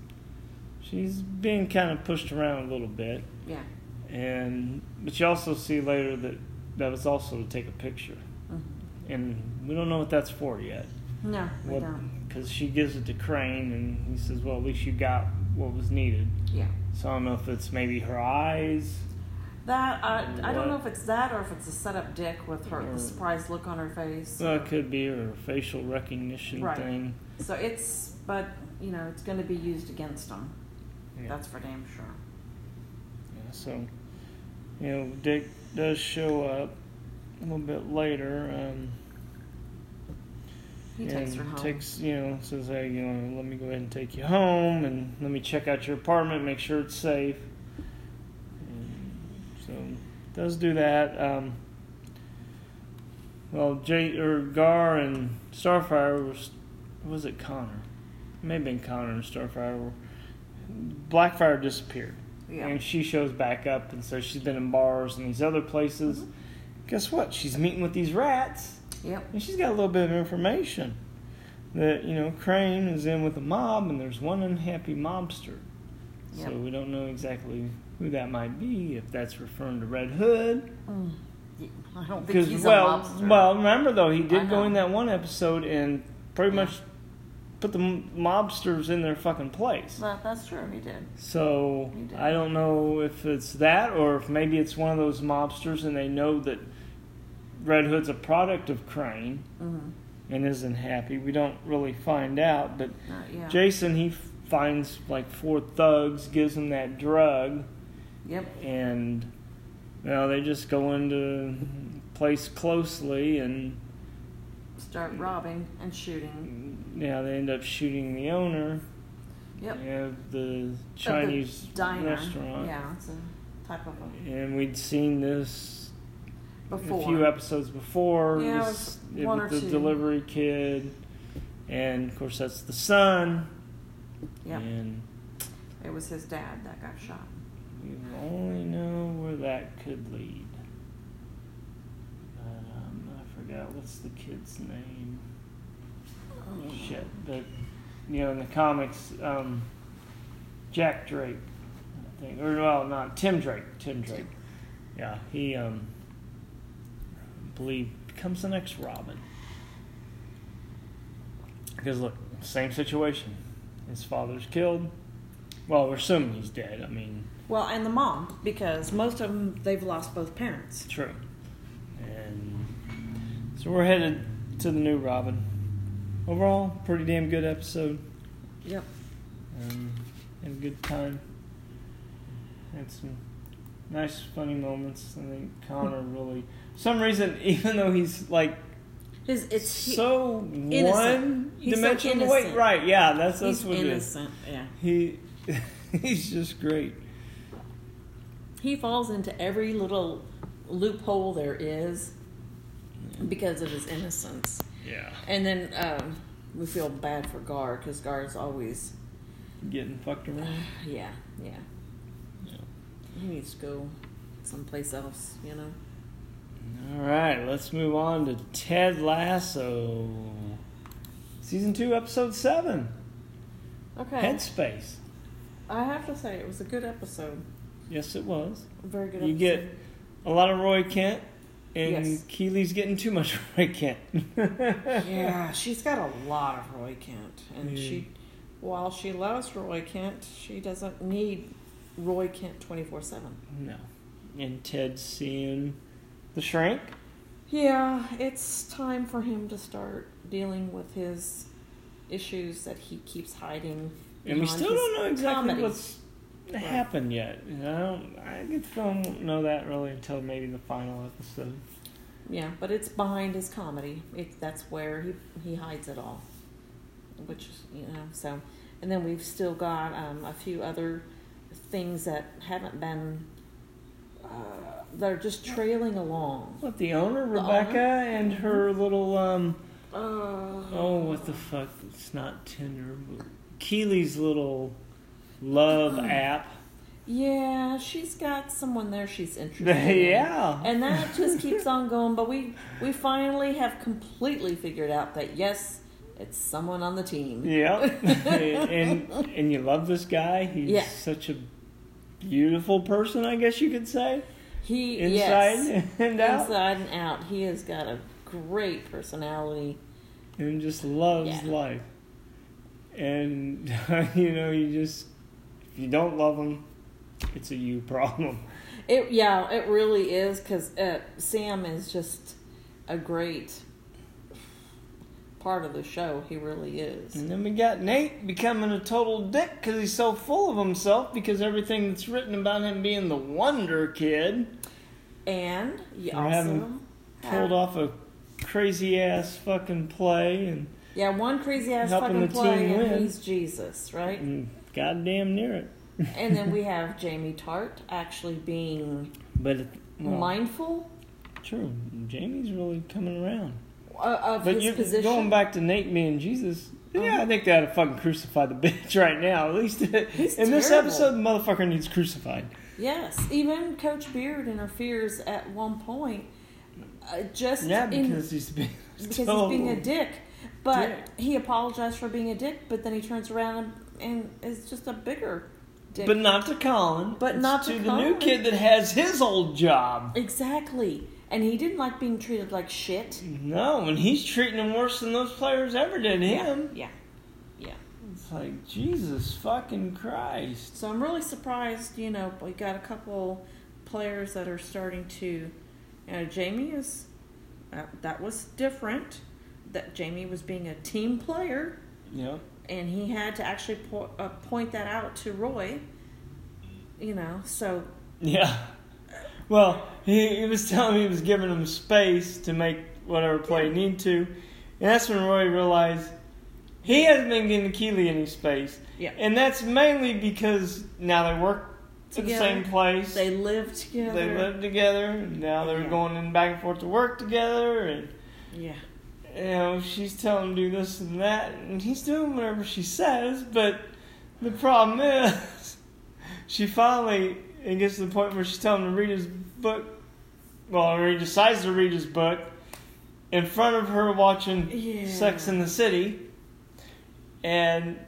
Speaker 1: she's being kind of pushed around a little bit.
Speaker 2: Yeah.
Speaker 1: And but you also see later that that was also to take a picture,
Speaker 2: Mhm.
Speaker 1: and we don't know what that's for yet.
Speaker 2: No, we
Speaker 1: What?
Speaker 2: don't.
Speaker 1: Because she gives it to Crane, and he says, "Well, at least you got what was needed."
Speaker 2: Yeah.
Speaker 1: So I don't know if it's maybe her eyes.
Speaker 2: That I, I
Speaker 1: What?
Speaker 2: don't know if it's that or if it's a setup dick with her
Speaker 1: Or-
Speaker 2: the surprised look on her face.
Speaker 1: Well, it could be her facial recognition
Speaker 2: Right.
Speaker 1: thing.
Speaker 2: So it's but you know it's going to be used against them.
Speaker 1: Yeah.
Speaker 2: That's for damn sure.
Speaker 1: Yeah, so, you know, Dick does show up a little bit later. Um,
Speaker 2: He
Speaker 1: and
Speaker 2: takes her home.
Speaker 1: Takes, you know, says, hey, you know, let me go ahead and take you home and let me check out your apartment, make sure it's safe. And so, does do that. Um, well, Jay, or Gar and Starfire was, was it Connor? It may have been Connor and Starfire. Were, Blackfire disappeared.
Speaker 2: yeah.
Speaker 1: And she shows back up, and so she's been in bars and these other places.
Speaker 2: Mm-hmm.
Speaker 1: Guess what? She's meeting with these rats,
Speaker 2: Yep.
Speaker 1: and she's got a little bit of information that you know Crane is in with a mob, and there's one unhappy mobster. So
Speaker 2: Yep.
Speaker 1: we don't know exactly who that might be. If that's referring to Red Hood,
Speaker 2: Mm. Yeah, I don't think
Speaker 1: because
Speaker 2: he's a
Speaker 1: well,
Speaker 2: mobster.
Speaker 1: well, remember though he
Speaker 2: I
Speaker 1: did go
Speaker 2: know.
Speaker 1: in that one episode and pretty
Speaker 2: Yeah.
Speaker 1: much put the m- mobsters in their fucking place.
Speaker 2: Well, that's true. He did.
Speaker 1: So
Speaker 2: You did.
Speaker 1: I don't know if it's that or if maybe it's one of those mobsters and they know that Red Hood's a product of Crane
Speaker 2: Mm-hmm.
Speaker 1: and isn't happy. We don't really find out, but
Speaker 2: Uh, yeah.
Speaker 1: Jason he f- finds like four thugs, gives them that drug,
Speaker 2: Yep.
Speaker 1: and you know they just go into place closely and
Speaker 2: Start robbing and shooting.
Speaker 1: you know, they end up shooting the owner
Speaker 2: Mm-hmm. Yep.
Speaker 1: of the
Speaker 2: Of the
Speaker 1: Chinese
Speaker 2: diner.
Speaker 1: restaurant.
Speaker 2: Yeah, it's a type of a
Speaker 1: And we'd seen this
Speaker 2: before.
Speaker 1: a few episodes before.
Speaker 2: Yeah, it
Speaker 1: this-
Speaker 2: was one
Speaker 1: with
Speaker 2: or
Speaker 1: the
Speaker 2: two.
Speaker 1: delivery kid, and of course that's the son.
Speaker 2: Yep.
Speaker 1: And
Speaker 2: It was his dad that got shot.
Speaker 1: we only know where that could lead. Um, I forgot what's the kid's name. Shit, but you know in the comics, um, Jack Drake, I think, or well, not Tim Drake. Tim Drake. Yeah, he um, I believe becomes the next Robin. Because look, same situation. His father's killed. Well, we're assuming he's dead. I mean,
Speaker 2: Well, and the mom, because most of them they've lost both parents.
Speaker 1: true. And so we're headed to the new Robin. Overall, pretty damn good episode.
Speaker 2: Yep.
Speaker 1: Um, had a good time. Had some nice, funny moments. I think Connor
Speaker 2: Hmm.
Speaker 1: really, for some reason, even though he's like
Speaker 2: His it's he-
Speaker 1: so
Speaker 2: innocent.
Speaker 1: one
Speaker 2: He's so
Speaker 1: dimensional. Wait,
Speaker 2: innocent.
Speaker 1: right? Yeah, that's that's
Speaker 2: he's
Speaker 1: what
Speaker 2: innocent. Yeah.
Speaker 1: it is. He he's just great.
Speaker 2: He falls into every little loophole there is because of his innocence.
Speaker 1: Yeah,
Speaker 2: And then um, we feel bad for Gar because Gar's always,
Speaker 1: getting fucked around.
Speaker 2: yeah, yeah. He needs to go someplace else, you know.
Speaker 1: All right, let's move on to Ted Lasso, season two, episode seven,
Speaker 2: Okay.
Speaker 1: Headspace.
Speaker 2: I have to say it was a good episode.
Speaker 1: Yes, it was.
Speaker 2: A very good.
Speaker 1: You
Speaker 2: episode.
Speaker 1: get a lot of Roy Kent, and
Speaker 2: Yes.
Speaker 1: Keeley's getting too much Roy Kent.
Speaker 2: Yeah, she's got a lot of Roy Kent, and
Speaker 1: Yeah.
Speaker 2: she, while she loves Roy Kent, she doesn't need Roy Kent twenty four seven.
Speaker 1: No. And Ted seeing the shrink.
Speaker 2: Yeah, it's time for him to start dealing with his issues that he keeps hiding.
Speaker 1: And we
Speaker 2: behind
Speaker 1: still
Speaker 2: his
Speaker 1: don't know exactly
Speaker 2: comedy.
Speaker 1: what's happened yet. And I don't. I just don't know that really until maybe the final episode.
Speaker 2: Yeah, but it's behind his comedy. It, that's where he he hides it all, which is, you know. So, and then we've still got um, a few other things that haven't been uh, they're just trailing along.
Speaker 1: What the owner, Rebecca, and her little um
Speaker 2: Uh,
Speaker 1: oh what the fuck? It's not Tinder. but Keely's little love
Speaker 2: Hmm.
Speaker 1: app.
Speaker 2: yeah, she's got someone there she's interested. in.
Speaker 1: yeah.
Speaker 2: And that just keeps on going, but we we finally have completely figured out that yes, it's someone on the team.
Speaker 1: Yep. and and you love this guy. He's
Speaker 2: Yeah.
Speaker 1: such a beautiful person, I guess you could say.
Speaker 2: He
Speaker 1: Inside
Speaker 2: yes,
Speaker 1: and out.
Speaker 2: inside and out. He has got a great personality.
Speaker 1: and just loves
Speaker 2: Yeah.
Speaker 1: life. And you know, you just if you don't love them, it's a you problem.
Speaker 2: It yeah, it really is because uh, Sam is just a great part of the show. He really is.
Speaker 1: And then we got Nate becoming a total dick because he's so full of himself because everything that's written about him being the wonder kid
Speaker 2: And you
Speaker 1: Mm-hmm. I
Speaker 2: also
Speaker 1: haven't pulled off a crazy ass fucking play and,
Speaker 2: yeah one crazy ass
Speaker 1: Helping
Speaker 2: fucking
Speaker 1: the team
Speaker 2: play, and
Speaker 1: win.
Speaker 2: he's Jesus, right?
Speaker 1: and goddamn near it.
Speaker 2: and then we have Jamie Tart actually being
Speaker 1: But it, well,
Speaker 2: mindful
Speaker 1: true, Jamie's really coming around.
Speaker 2: uh, of
Speaker 1: But
Speaker 2: his
Speaker 1: you're
Speaker 2: position.
Speaker 1: going back to Nate being Jesus. Yeah,
Speaker 2: Uh-huh.
Speaker 1: I think they ought to fucking crucify the bitch right now. At least in
Speaker 2: He's
Speaker 1: this
Speaker 2: terrible.
Speaker 1: episode, the motherfucker needs crucified.
Speaker 2: Yes, even Coach Beard interferes at one point, uh, just
Speaker 1: Yeah,
Speaker 2: in-
Speaker 1: because he's being
Speaker 2: because
Speaker 1: total-
Speaker 2: he's being a dick. But
Speaker 1: dick.
Speaker 2: he apologized for being a dick, but then he turns around and, and is just a bigger dick.
Speaker 1: But not to Colin.
Speaker 2: But
Speaker 1: It's
Speaker 2: not
Speaker 1: to,
Speaker 2: to
Speaker 1: the new
Speaker 2: Colin.
Speaker 1: kid that has his old job.
Speaker 2: exactly, and he didn't like being treated like shit.
Speaker 1: No, and he's treating him worse than those players ever did him.
Speaker 2: Yeah, yeah.
Speaker 1: It's like Jesus fucking Christ.
Speaker 2: So I'm really surprised. You know, we got a couple players that are starting to. You know, Jamie is. Uh, that was different. That Jamie was being a team player.
Speaker 1: Yeah.
Speaker 2: and he had to actually po- uh, point that out to Roy. You know, so
Speaker 1: Yeah. Well, he, he was telling me he was giving him space to make whatever play he needed to. And that's when Roy realized he hasn't been giving Keely any space.
Speaker 2: Yeah.
Speaker 1: And that's mainly because now they work at the
Speaker 2: Together.
Speaker 1: same place.
Speaker 2: they live together.
Speaker 1: They live together. And now they're
Speaker 2: Yeah.
Speaker 1: going in back and forth to work together. And,
Speaker 2: Yeah,
Speaker 1: you know, she's telling him to do this and that. And he's doing whatever she says. But the problem is, she finally it gets to the point where she's telling him to read his book. Well, or he decides to read his book in front of her watching
Speaker 2: Yeah.
Speaker 1: Sex in the City, and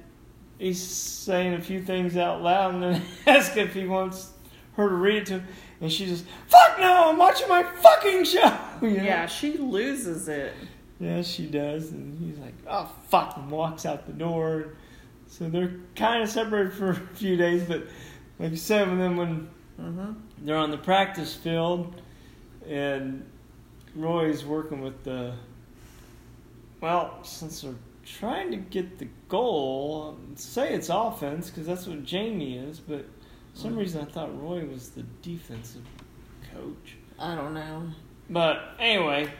Speaker 1: he's saying a few things out loud, and then asks if he wants her to read it to him, and she just fuck no, I'm watching my fucking show. you know?
Speaker 2: yeah. She loses it.
Speaker 1: Yeah, she does. And he's like, oh, fuck, and walks out the door. So they're kind of separated for a few days, but like you said, and then when
Speaker 2: Mm-hmm.
Speaker 1: they're on the practice field and Roy's working with the. Well, since they're trying to get the goal, say it's offense because that's what Jamie is, but for some reason I thought Roy was the defensive coach.
Speaker 2: I don't know.
Speaker 1: But anyway,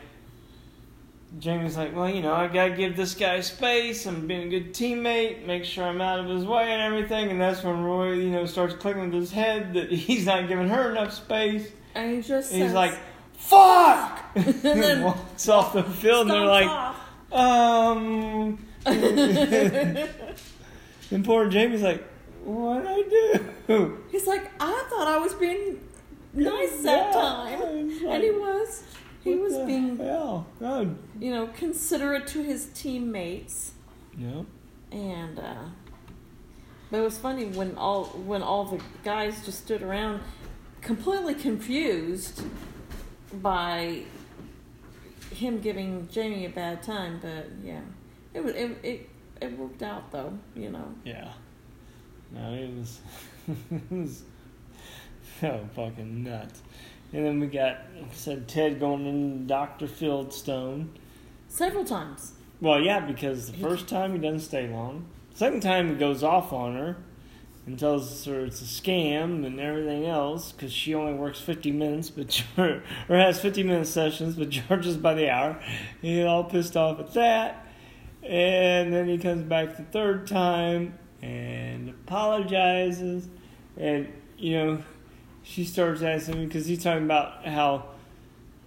Speaker 1: Jamie's like, well, you know, I gotta give this guy space. I'm being a good teammate, make sure I'm out of his way and everything. And that's when Roy, you know, starts clicking with his head that he's not giving her enough space.
Speaker 2: And he just
Speaker 1: And he's
Speaker 2: says-
Speaker 1: like, fuck!
Speaker 2: And then
Speaker 1: and walks off the field, and they're
Speaker 2: stomps
Speaker 1: like,
Speaker 2: off.
Speaker 1: um. and poor Jamie's like, what'd I do?
Speaker 2: he's like, I thought I was being nice
Speaker 1: Yeah,
Speaker 2: that time,
Speaker 1: it's like,
Speaker 2: and he was. He
Speaker 1: what
Speaker 2: was
Speaker 1: the
Speaker 2: being,
Speaker 1: Hell? Oh,
Speaker 2: you know, considerate to his teammates.
Speaker 1: no.
Speaker 2: and uh, but it was funny when all when all the guys just stood around completely confused by him giving Jamie a bad time but yeah it was it, it it worked out though you know
Speaker 1: Yeah. No, it was. it was. Oh, fucking nuts. And then we got, like I said, Ted going in Dr. Fieldstone.
Speaker 2: several times
Speaker 1: Well, yeah, because the first time he doesn't stay long. Second time he goes off on her and tells her it's a scam and everything else because she only works 50 minutes but or has 50 minute sessions but charges by the hour. He's all pissed off at that. And then he comes back the third time and apologizes. And, you know, she starts asking me because he's talking about how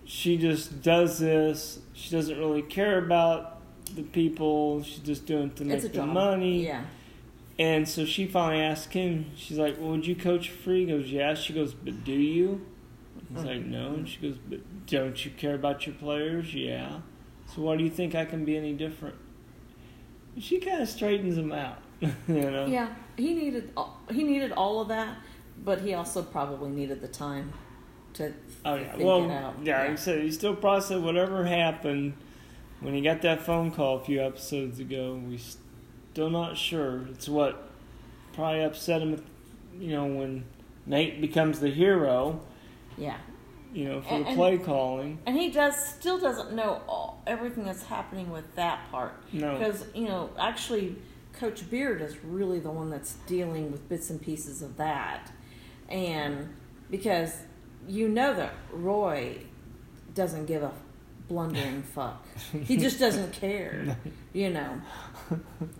Speaker 1: she just does this. She doesn't really care about the people. She's just doing it to make
Speaker 2: it's a
Speaker 1: the
Speaker 2: job.
Speaker 1: money.
Speaker 2: Yeah.
Speaker 1: And so she finally asked him, she's like, well, Would you coach free? He goes, Yeah. She goes, But do you? He's like, No. And she goes, But don't you care about your players? Yeah. So why do you think I can be any different? And she kind of straightens him out, you know?
Speaker 2: Yeah. He needed all- he needed all of that, but he also probably needed the time to
Speaker 1: Oh, yeah.
Speaker 2: think
Speaker 1: Well,
Speaker 2: it out.
Speaker 1: yeah, like I said, he still processed whatever happened when he got that phone call a few episodes ago. We still not sure. It's what probably upset him, you know, when Nate becomes the hero.
Speaker 2: Yeah.
Speaker 1: you know, for
Speaker 2: And-
Speaker 1: the
Speaker 2: and-
Speaker 1: play calling.
Speaker 2: And he does still doesn't know all, everything that's happening with that part.
Speaker 1: No.
Speaker 2: Because, you know, actually, Coach Beard is really the one that's dealing with bits and pieces of that. And because you know that Roy doesn't give a blundering fuck, he just doesn't care, you know.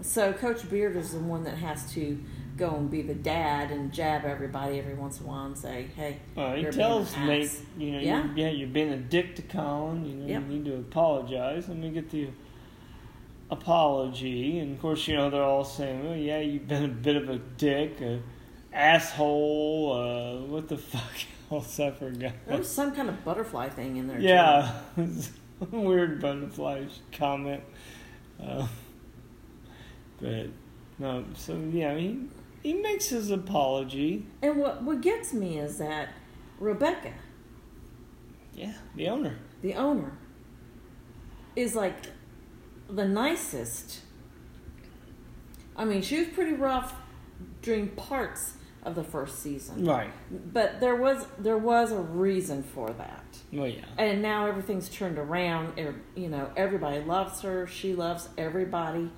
Speaker 2: So Coach Beard is the one that has to go and be the dad and jab everybody every once in a while and say, hey,
Speaker 1: Uh, he
Speaker 2: you're being
Speaker 1: tells
Speaker 2: an
Speaker 1: Nate,
Speaker 2: ass.
Speaker 1: you know,
Speaker 2: Yeah.
Speaker 1: you, yeah, you've been a dick to Colin. You know,
Speaker 2: Yep.
Speaker 1: you need to apologize. Let me get the apology. And of course, you know, they're all saying, well, yeah, you've been a bit of a dick, a asshole. Uh, what the fuck else? I forgot.
Speaker 2: There was some kind of butterfly thing in there. too.
Speaker 1: Yeah, weird butterfly comment. Uh, but no, so yeah, he he makes his apology.
Speaker 2: And what what gets me is that Rebecca,
Speaker 1: Yeah, the owner.
Speaker 2: the owner, is like the nicest. I mean, she was pretty rough during parts of the first season,
Speaker 1: Right.
Speaker 2: but there was there was a reason for that.
Speaker 1: Well, yeah.
Speaker 2: and now everything's turned around Er- you know everybody loves her she loves everybody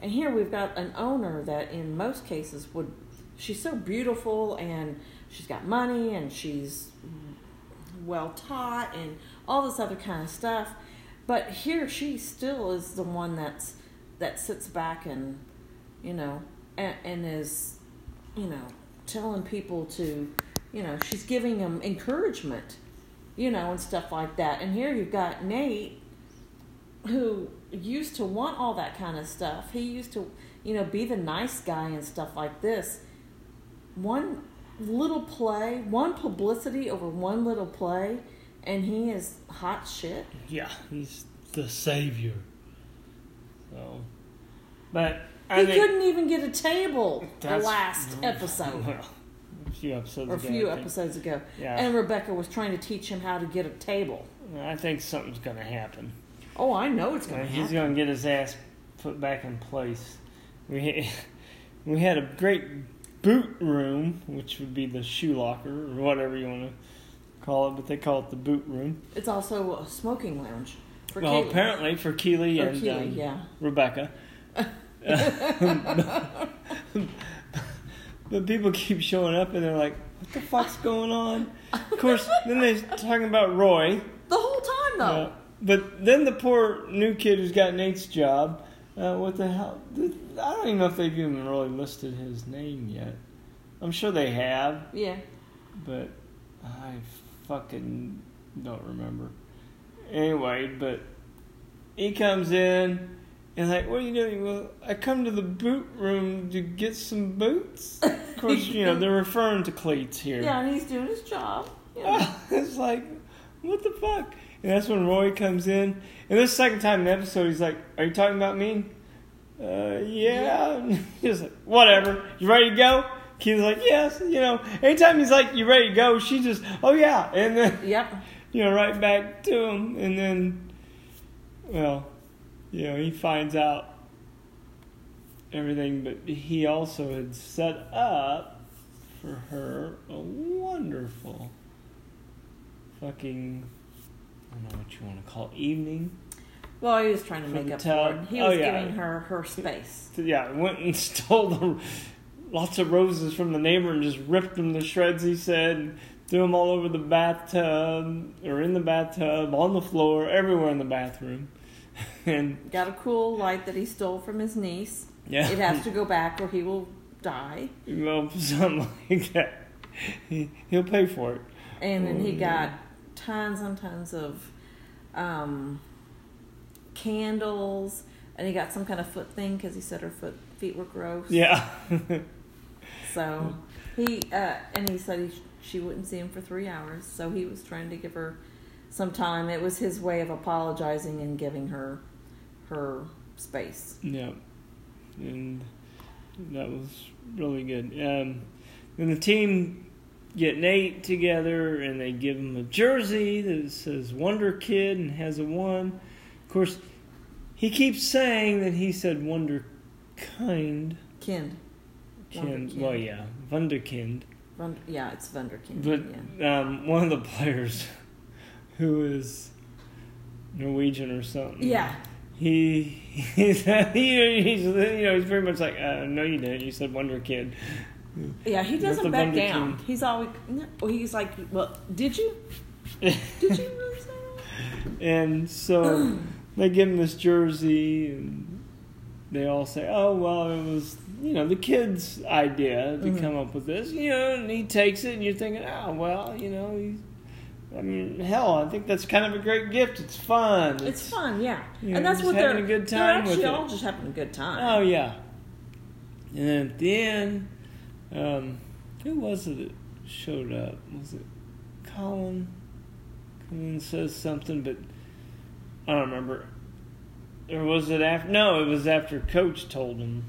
Speaker 2: and here we've got an owner that in most cases would she's so beautiful and she's got money and she's well taught and all this other kind of stuff but here she still is the one that's that sits back and you know and, and is you know telling people to you know she's giving them encouragement you know, and stuff like that. And here you've got Nate, who used to want all that kind of stuff. He used to, you know, be the nice guy and stuff like this. One little play, one publicity over one little play, and he is hot shit.
Speaker 1: Yeah, he's the savior. So, but
Speaker 2: He
Speaker 1: I think
Speaker 2: couldn't even get a table the
Speaker 1: that's-
Speaker 2: last episode
Speaker 1: Well, a few episodes.
Speaker 2: or a
Speaker 1: ago,
Speaker 2: few
Speaker 1: I think.
Speaker 2: episodes ago.
Speaker 1: Yeah.
Speaker 2: And Rebecca was trying to teach him how to get a table.
Speaker 1: I think something's gonna happen.
Speaker 2: Oh, I know it's going
Speaker 1: Uh,
Speaker 2: to
Speaker 1: he's
Speaker 2: happen.
Speaker 1: gonna get his ass put back in place. We we had a great boot room, which would be the shoe locker or whatever you want to call it, but they call it the boot room.
Speaker 2: It's also a smoking lounge for
Speaker 1: well,
Speaker 2: Caitlin.
Speaker 1: apparently for Keely
Speaker 2: Or
Speaker 1: and
Speaker 2: Keely,
Speaker 1: um,
Speaker 2: yeah.
Speaker 1: Rebecca. but people keep showing up and they're like, what the fuck's going on? Of course, then they're talking about Roy.
Speaker 2: The whole time though.
Speaker 1: Uh, but then the poor new kid who's got Nate's job. Uh, what the hell? Th- I don't even know if they've even really listed his name yet. I'm sure they have,
Speaker 2: Yeah.
Speaker 1: but I fucking don't remember. Anyway, but he comes in and like, what are you doing? Well, I come to the boot room to get some boots. Of course, you know they're referring to cleats here.
Speaker 2: Yeah, and he's doing his job. Yeah.
Speaker 1: Oh, it's like, what the fuck? And that's when Roy comes in. And this second time in the episode, he's like, Are you talking about me? Uh, yeah. he's like, Whatever. You ready to go? Kid's like, Yes. You know, anytime he's like, You ready to go? She just, Oh, yeah. And then,
Speaker 2: Yep.
Speaker 1: you know, right back to him. And then, well, you know, he finds out everything, but he also had set up for her a wonderful fucking, I don't know what you want to call it, evening.
Speaker 2: Well, he was trying to
Speaker 1: For
Speaker 2: make
Speaker 1: the
Speaker 2: up for it.
Speaker 1: tub.
Speaker 2: He
Speaker 1: Oh,
Speaker 2: was
Speaker 1: yeah.
Speaker 2: giving her her space.
Speaker 1: So, yeah, went and stole the, lots of roses from the neighbor and just ripped them to shreds, he said, and threw them all over the bathtub, or in the bathtub, on the floor, everywhere in the bathroom. and,
Speaker 2: Got a cool light that he stole from his niece.
Speaker 1: yeah.
Speaker 2: It has to go back or he will die.
Speaker 1: Well, something like that. he, he'll pay for it.
Speaker 2: and then he
Speaker 1: Mm.
Speaker 2: got tons and tons of um, candles, and he got some kind of foot thing because he said her foot feet were gross.
Speaker 1: Yeah.
Speaker 2: So he uh, and he said he, she wouldn't see him for three hours, so he was trying to give her some time. It was his way of apologizing and giving her her space.
Speaker 1: yeah. And that was really good. Um, then the team get Nate together and they give him a jersey that says Wonder Kid and has a one. Of course, he keeps saying that he said Wonder Kind.
Speaker 2: Kind,
Speaker 1: Kind.
Speaker 2: Wunderkind.
Speaker 1: Well, yeah. Wunderkind.
Speaker 2: Vund- yeah, it's Vunderkind.
Speaker 1: But
Speaker 2: yeah.
Speaker 1: um, one of the players, who is Norwegian or something,
Speaker 2: Yeah,
Speaker 1: he he's, he, he's you know he's pretty much like uh, no you didn't you said Wonder Kid
Speaker 2: yeah, he
Speaker 1: With the
Speaker 2: doesn't back
Speaker 1: Vunderkind.
Speaker 2: down. He's always, no, he's like, well, did you? Did you really say that?
Speaker 1: and so they give him this jersey and they all say oh well it was you know the kid's idea to
Speaker 2: Mhm.
Speaker 1: come up with this you know and he takes it and you're thinking oh well you know he's I mean hell I think that's kind of a great gift it's fun
Speaker 2: It's fun, yeah,
Speaker 1: Yeah,
Speaker 2: and that's
Speaker 1: just
Speaker 2: what they're
Speaker 1: having a good
Speaker 2: They're
Speaker 1: time with
Speaker 2: actually
Speaker 1: it.
Speaker 2: all just having a good
Speaker 1: Oh
Speaker 2: time.
Speaker 1: yeah. And then at the end, um, who was it that showed up? Was it Colin? Colin says something, but I don't remember. Or was it after? No, it was after Coach told him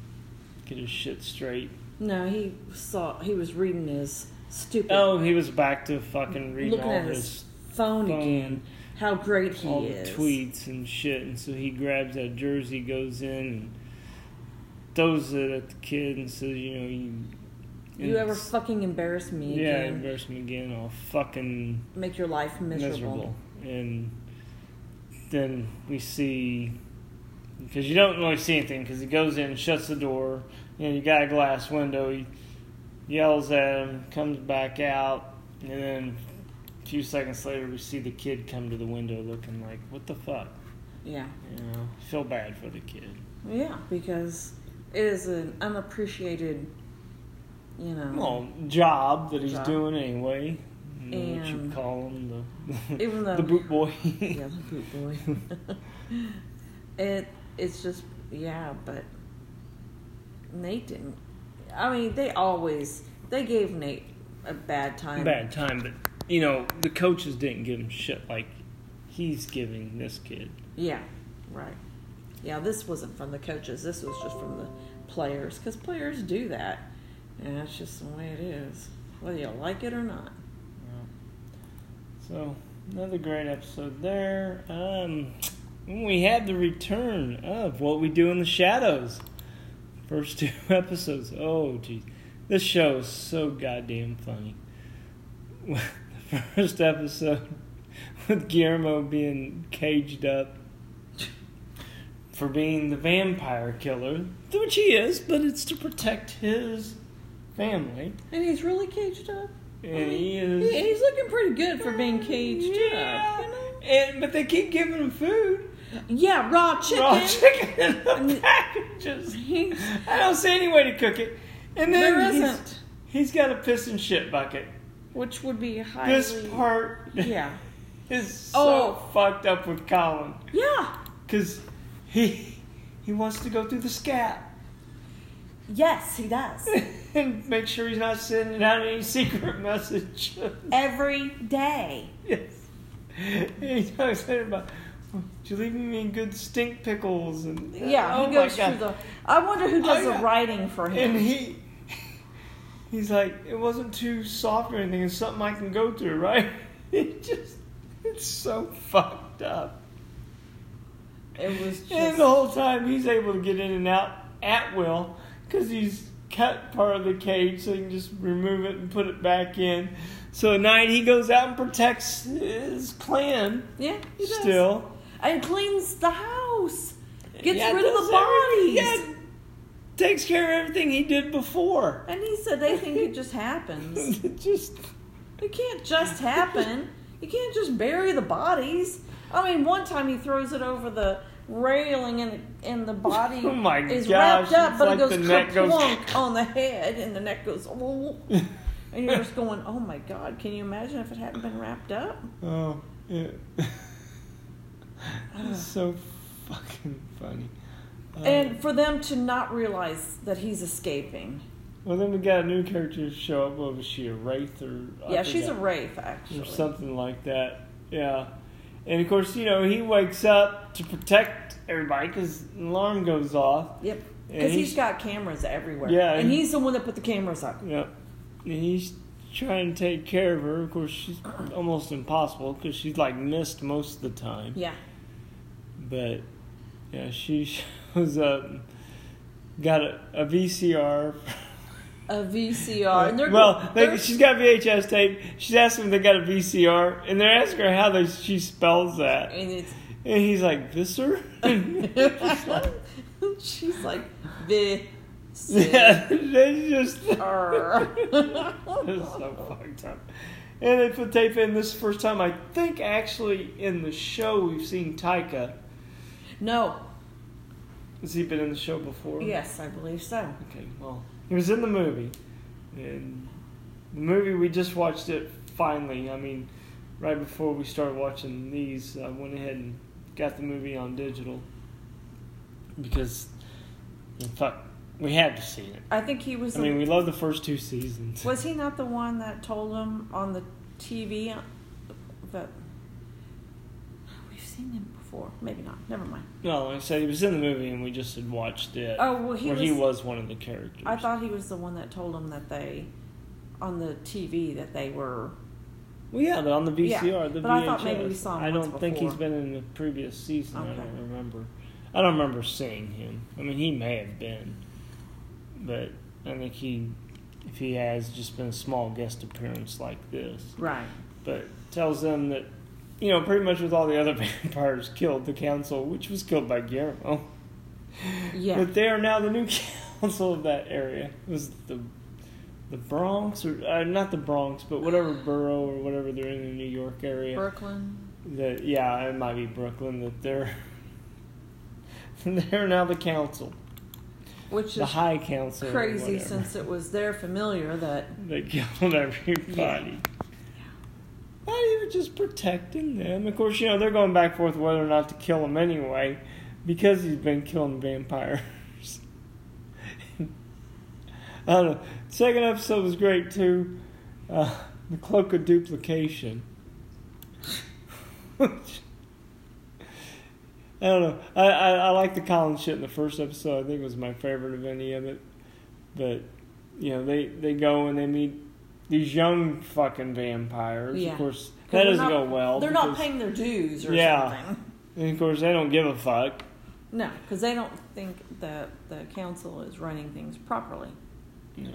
Speaker 1: get his shit straight.
Speaker 2: No, he saw he was reading his stupid.
Speaker 1: Oh, he was back to fucking reading
Speaker 2: looking
Speaker 1: all
Speaker 2: at
Speaker 1: his,
Speaker 2: his phone,
Speaker 1: phone,
Speaker 2: again. How great he
Speaker 1: all
Speaker 2: is.
Speaker 1: the tweets and shit. And so he grabs that jersey, goes in, and throws it at the kid, and says, "You know, you."
Speaker 2: You ever
Speaker 1: it's-
Speaker 2: fucking embarrass me
Speaker 1: Yeah,
Speaker 2: again?
Speaker 1: embarrass me again. I'll fucking
Speaker 2: Make your life miserable.
Speaker 1: miserable. And then we see because you don't really see anything because he goes in, shuts the door, and you got a glass window. He yells at him, comes back out, and then a few seconds later we see the kid come to the window looking like, "What the fuck?"
Speaker 2: Yeah,
Speaker 1: You know, feel bad for the kid.
Speaker 2: yeah, because it is an unappreciated, you know.
Speaker 1: Well, job that he's
Speaker 2: Job.
Speaker 1: doing anyway. You know, what you
Speaker 2: And-
Speaker 1: call him the
Speaker 2: Even though-
Speaker 1: the boot boy.
Speaker 2: Yeah, the boot boy. it it's just yeah, but Nate didn't. I mean, they always they gave Nate a bad time.
Speaker 1: bad time, but you know the coaches didn't give him shit like he's giving this kid.
Speaker 2: Yeah, right. Yeah, this wasn't from the coaches. This was just from the players because players do that, and that's just the way it is, whether you like it or not.
Speaker 1: So another great episode there. Um, we had the return of what we do in the shadows. First two episodes. Oh geez, this show is so goddamn funny. the first episode with Guillermo being caged up for being the vampire killer, which he is, but it's to protect his family.
Speaker 2: And he's really caged up.
Speaker 1: And he is.
Speaker 2: He, he's looking pretty good for being caged
Speaker 1: yeah.
Speaker 2: up. You know?
Speaker 1: And but they keep giving him food.
Speaker 2: Yeah, raw chicken.
Speaker 1: Raw chicken in the
Speaker 2: Mm.
Speaker 1: packages.
Speaker 2: He's-
Speaker 1: I don't see any way to cook it. And then
Speaker 2: there
Speaker 1: he's-
Speaker 2: isn't,
Speaker 1: he's got a piss and shit bucket.
Speaker 2: which would be highly.
Speaker 1: This part
Speaker 2: Yeah.
Speaker 1: is so
Speaker 2: Oh.
Speaker 1: fucked up with Colin
Speaker 2: Yeah.
Speaker 1: because he he wants to go through the scat
Speaker 2: Yes, he does.
Speaker 1: and make sure he's not sending out any secret message.
Speaker 2: Every day.
Speaker 1: Yes. He talks later about you leaving me good stink pickles and
Speaker 2: Yeah,
Speaker 1: oh
Speaker 2: he goes
Speaker 1: my
Speaker 2: through
Speaker 1: God.
Speaker 2: the. I wonder who does
Speaker 1: Oh, yeah.
Speaker 2: the writing for him.
Speaker 1: and he he's like it wasn't too soft or anything. It's something I can go through, right? It just it's so fucked up.
Speaker 2: It was
Speaker 1: And
Speaker 2: just.
Speaker 1: the whole time he's able to get in and out at will because he's cut part of the cage so he can just remove it and put it back in. So at night he goes out and protects his clan
Speaker 2: Yeah, he does.
Speaker 1: still.
Speaker 2: And cleans the house. Gets
Speaker 1: Yeah,
Speaker 2: rid of
Speaker 1: does
Speaker 2: the
Speaker 1: every-
Speaker 2: bodies.
Speaker 1: yeah, takes care of everything he did before.
Speaker 2: And he said they think it just happens.
Speaker 1: It just
Speaker 2: It can't just happen. You can't just bury the bodies. I mean, one time he throws it over the railing and the, and the body
Speaker 1: Oh my
Speaker 2: is
Speaker 1: gosh,
Speaker 2: wrapped up,
Speaker 1: it's
Speaker 2: but
Speaker 1: like
Speaker 2: it goes
Speaker 1: the neck goes-
Speaker 2: kerplunk on the head and the neck goes. "Oh." and you're just going, oh my God, can you imagine if it hadn't been wrapped up?
Speaker 1: Oh, it, it's so fucking funny. Um,
Speaker 2: And for them to not realize that he's escaping.
Speaker 1: well, then we got a new character show up. What was she, a wraith or? I
Speaker 2: yeah, she's a
Speaker 1: forgot.
Speaker 2: wraith, actually.
Speaker 1: or something like that. Yeah, and of course, you know, he wakes up to protect everybody because alarm goes off.
Speaker 2: Yep.
Speaker 1: And
Speaker 2: Because
Speaker 1: he's-
Speaker 2: he's got cameras everywhere.
Speaker 1: Yeah,
Speaker 2: And
Speaker 1: and-
Speaker 2: he's the one that put the cameras up.
Speaker 1: Yep, and he's trying to take care of her. Of course, she's almost impossible because she's like missed most of the time.
Speaker 2: Yeah.
Speaker 1: But yeah, she shows up, got a, a VCR.
Speaker 2: A VCR. Uh, And they're
Speaker 1: well, they,
Speaker 2: they're-
Speaker 1: she's got VHS tape. She's asking if they got a VCR, and they're asking her how they, she spells that,
Speaker 2: and it's
Speaker 1: and he's like, "Visser."
Speaker 2: She's like, the
Speaker 1: Yeah, they just it's
Speaker 2: Arr.
Speaker 1: so fucked up. And they put tape in. This is the first time I think actually in the show we've seen Taika.
Speaker 2: No.
Speaker 1: Has he been in the show before?
Speaker 2: Yes, I believe so.
Speaker 1: Okay, well, he was in the movie, and the movie we just watched it finally. I mean, right before we started watching these, I went ahead and got the movie on digital because, fuck, we had to see it.
Speaker 2: I think he was.
Speaker 1: I mean, we love the first two seasons.
Speaker 2: was he not the one that told him on the TV that we've seen him before? Maybe not. Never mind.
Speaker 1: No, like I said he was in the movie, and we just had watched it.
Speaker 2: Oh, well, he
Speaker 1: where
Speaker 2: was.
Speaker 1: he was one of the characters.
Speaker 2: I thought he was the one that told him that they, on the TV, that they were.
Speaker 1: Well, yeah, but on the VCR,
Speaker 2: Yeah,
Speaker 1: the
Speaker 2: but
Speaker 1: VHS.
Speaker 2: I thought maybe we saw him
Speaker 1: I
Speaker 2: once
Speaker 1: don't think he's
Speaker 2: before.
Speaker 1: been in the previous season. I
Speaker 2: Okay.
Speaker 1: don't remember. I don't remember seeing him. I mean, he may have been, but I think he, if he has, just been a small guest appearance like this.
Speaker 2: Right.
Speaker 1: But tells them that, you know, pretty much with all the other vampires killed, the council, which was killed by Guillermo.
Speaker 2: Yeah.
Speaker 1: But they are now the new council of that area. It was the the Bronx or uh, not the Bronx, but whatever borough or whatever they're in the New York area.
Speaker 2: Brooklyn.
Speaker 1: that yeah, it might be Brooklyn. That they're they're now the council,
Speaker 2: Which
Speaker 1: the
Speaker 2: is
Speaker 1: High Council. or
Speaker 2: crazy
Speaker 1: whatever.
Speaker 2: since it was their familiar that.
Speaker 1: they killed everybody. Not even just protecting them. Of course, you know they're going back and forth whether or not to kill him anyway, because he's been killing vampires. I don't know. Second episode was great too. Uh, the cloak of duplication. I don't know. I, I, I like the Colin shit in the first episode. I think it was my favorite of any of it. But you know, they they go and they meet these young fucking vampires.
Speaker 2: Yeah.
Speaker 1: Of course,
Speaker 2: 'cause
Speaker 1: that
Speaker 2: they're
Speaker 1: doesn't go
Speaker 2: not-
Speaker 1: well.
Speaker 2: They're not
Speaker 1: because-
Speaker 2: paying their dues or
Speaker 1: Yeah.
Speaker 2: something.
Speaker 1: And of course, they don't give a fuck.
Speaker 2: No, because they don't think that the council is running things properly.
Speaker 1: No.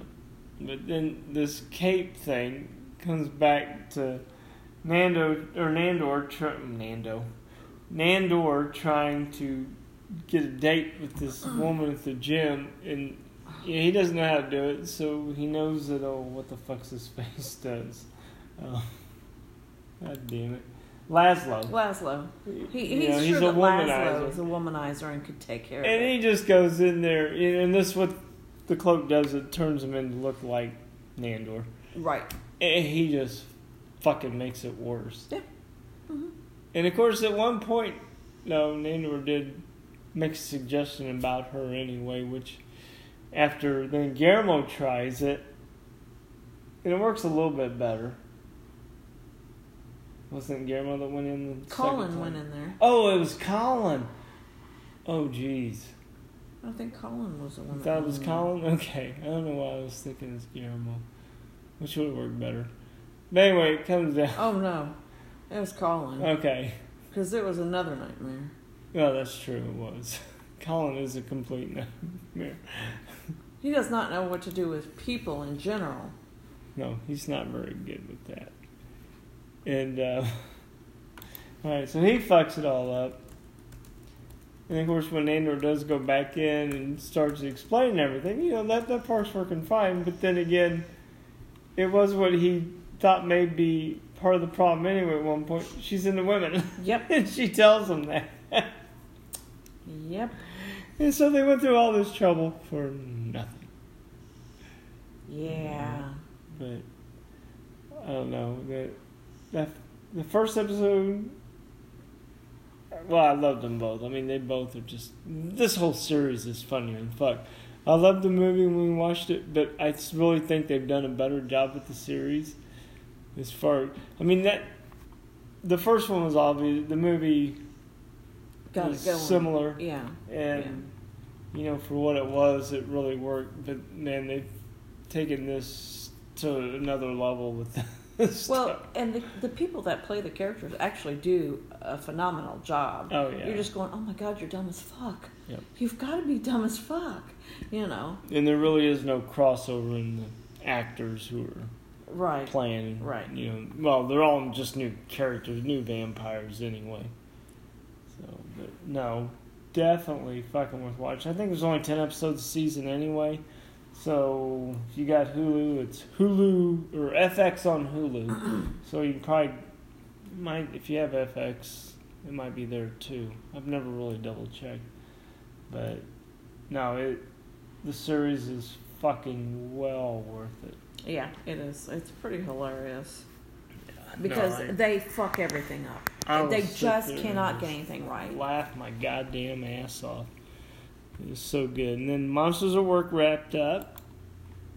Speaker 1: But then this cape thing comes back to Nando or Nandor tr- Nando Nandor trying to get a date with this woman at the gym and you know, he doesn't know how to do it so he knows that oh what the fuck's his face does oh god damn it Laszlo
Speaker 2: Laszlo, he,
Speaker 1: You
Speaker 2: he's
Speaker 1: know,
Speaker 2: sure
Speaker 1: he's a
Speaker 2: that
Speaker 1: womanizer.
Speaker 2: Laszlo is a womanizer and could take care of
Speaker 1: And
Speaker 2: it.
Speaker 1: he just goes in there, and this what the cloak does. It turns him in to look like Nandor,
Speaker 2: Right.
Speaker 1: and he just fucking makes it worse.
Speaker 2: Yeah. Mhm.
Speaker 1: And of course, at one point, no, Nandor did make a suggestion about her anyway, which after then Guillermo tries it, and it works a little bit better. Wasn't Guillermo that went in? The
Speaker 2: Colin
Speaker 1: second
Speaker 2: went
Speaker 1: time?
Speaker 2: in there.
Speaker 1: Oh, it was Colin. Oh, jeez.
Speaker 2: I think Colin was the one.
Speaker 1: You
Speaker 2: that
Speaker 1: thought it
Speaker 2: went
Speaker 1: was
Speaker 2: in
Speaker 1: Colin? Okay. I don't know why I was thinking it's Guillermo. Which would have worked better. But anyway, it comes
Speaker 2: there.
Speaker 1: down.
Speaker 2: Oh no, it was Colin
Speaker 1: Okay.
Speaker 2: because it was another nightmare.
Speaker 1: Well, that's true. It was. Colin is a complete nightmare.
Speaker 2: He does not know what to do with people in general.
Speaker 1: No, he's not very good with that. And, uh. Alright, so he fucks it all up. And of course, when Andor does go back in and starts explaining everything, you know, that, that part's working fine. But then again, it was what he thought may be part of the problem anyway at one point. She's into women.
Speaker 2: Yep.
Speaker 1: and she tells him that.
Speaker 2: Yep.
Speaker 1: And so they went through all this trouble for nothing.
Speaker 2: Yeah.
Speaker 1: But I don't know the the, the first episode. Well, I loved them both. I mean, they both are just. This whole series is funny and fuck. I loved the movie when we watched it, but I s- really think they've done a better job with the series. As far, I mean that the first one was obvious. The movie
Speaker 2: Got
Speaker 1: was
Speaker 2: it going.
Speaker 1: similar,
Speaker 2: Yeah.
Speaker 1: and you know for what it was, it really worked. But man, they've taken this to another level with this.
Speaker 2: Well,
Speaker 1: stuff.
Speaker 2: and the, the people that play the characters actually do a phenomenal job.
Speaker 1: oh yeah,
Speaker 2: You're just going, oh my god, you're dumb as fuck.
Speaker 1: Yep.
Speaker 2: You've got to be dumb as fuck. You know,
Speaker 1: and there really is no crossover in the actors who are
Speaker 2: right?
Speaker 1: playing.
Speaker 2: Right.
Speaker 1: You know, well, they're all just new characters, new vampires anyway. So, but no, definitely fucking worth watching. I think there's only ten episodes a season anyway. So if you got Hulu, it's Hulu or FX on Hulu. so you can probably might if you have FX, it might be there too. I've never really double checked, but no, it the series is fucking well worth it.
Speaker 2: Yeah, it is. It's pretty hilarious
Speaker 1: No,
Speaker 2: because
Speaker 1: I-
Speaker 2: they fuck everything up.
Speaker 1: I will
Speaker 2: they
Speaker 1: sit
Speaker 2: just
Speaker 1: there and
Speaker 2: cannot
Speaker 1: just
Speaker 2: get anything right.
Speaker 1: Laugh my goddamn ass off. It was so good. And then Monsters at Work wrapped up.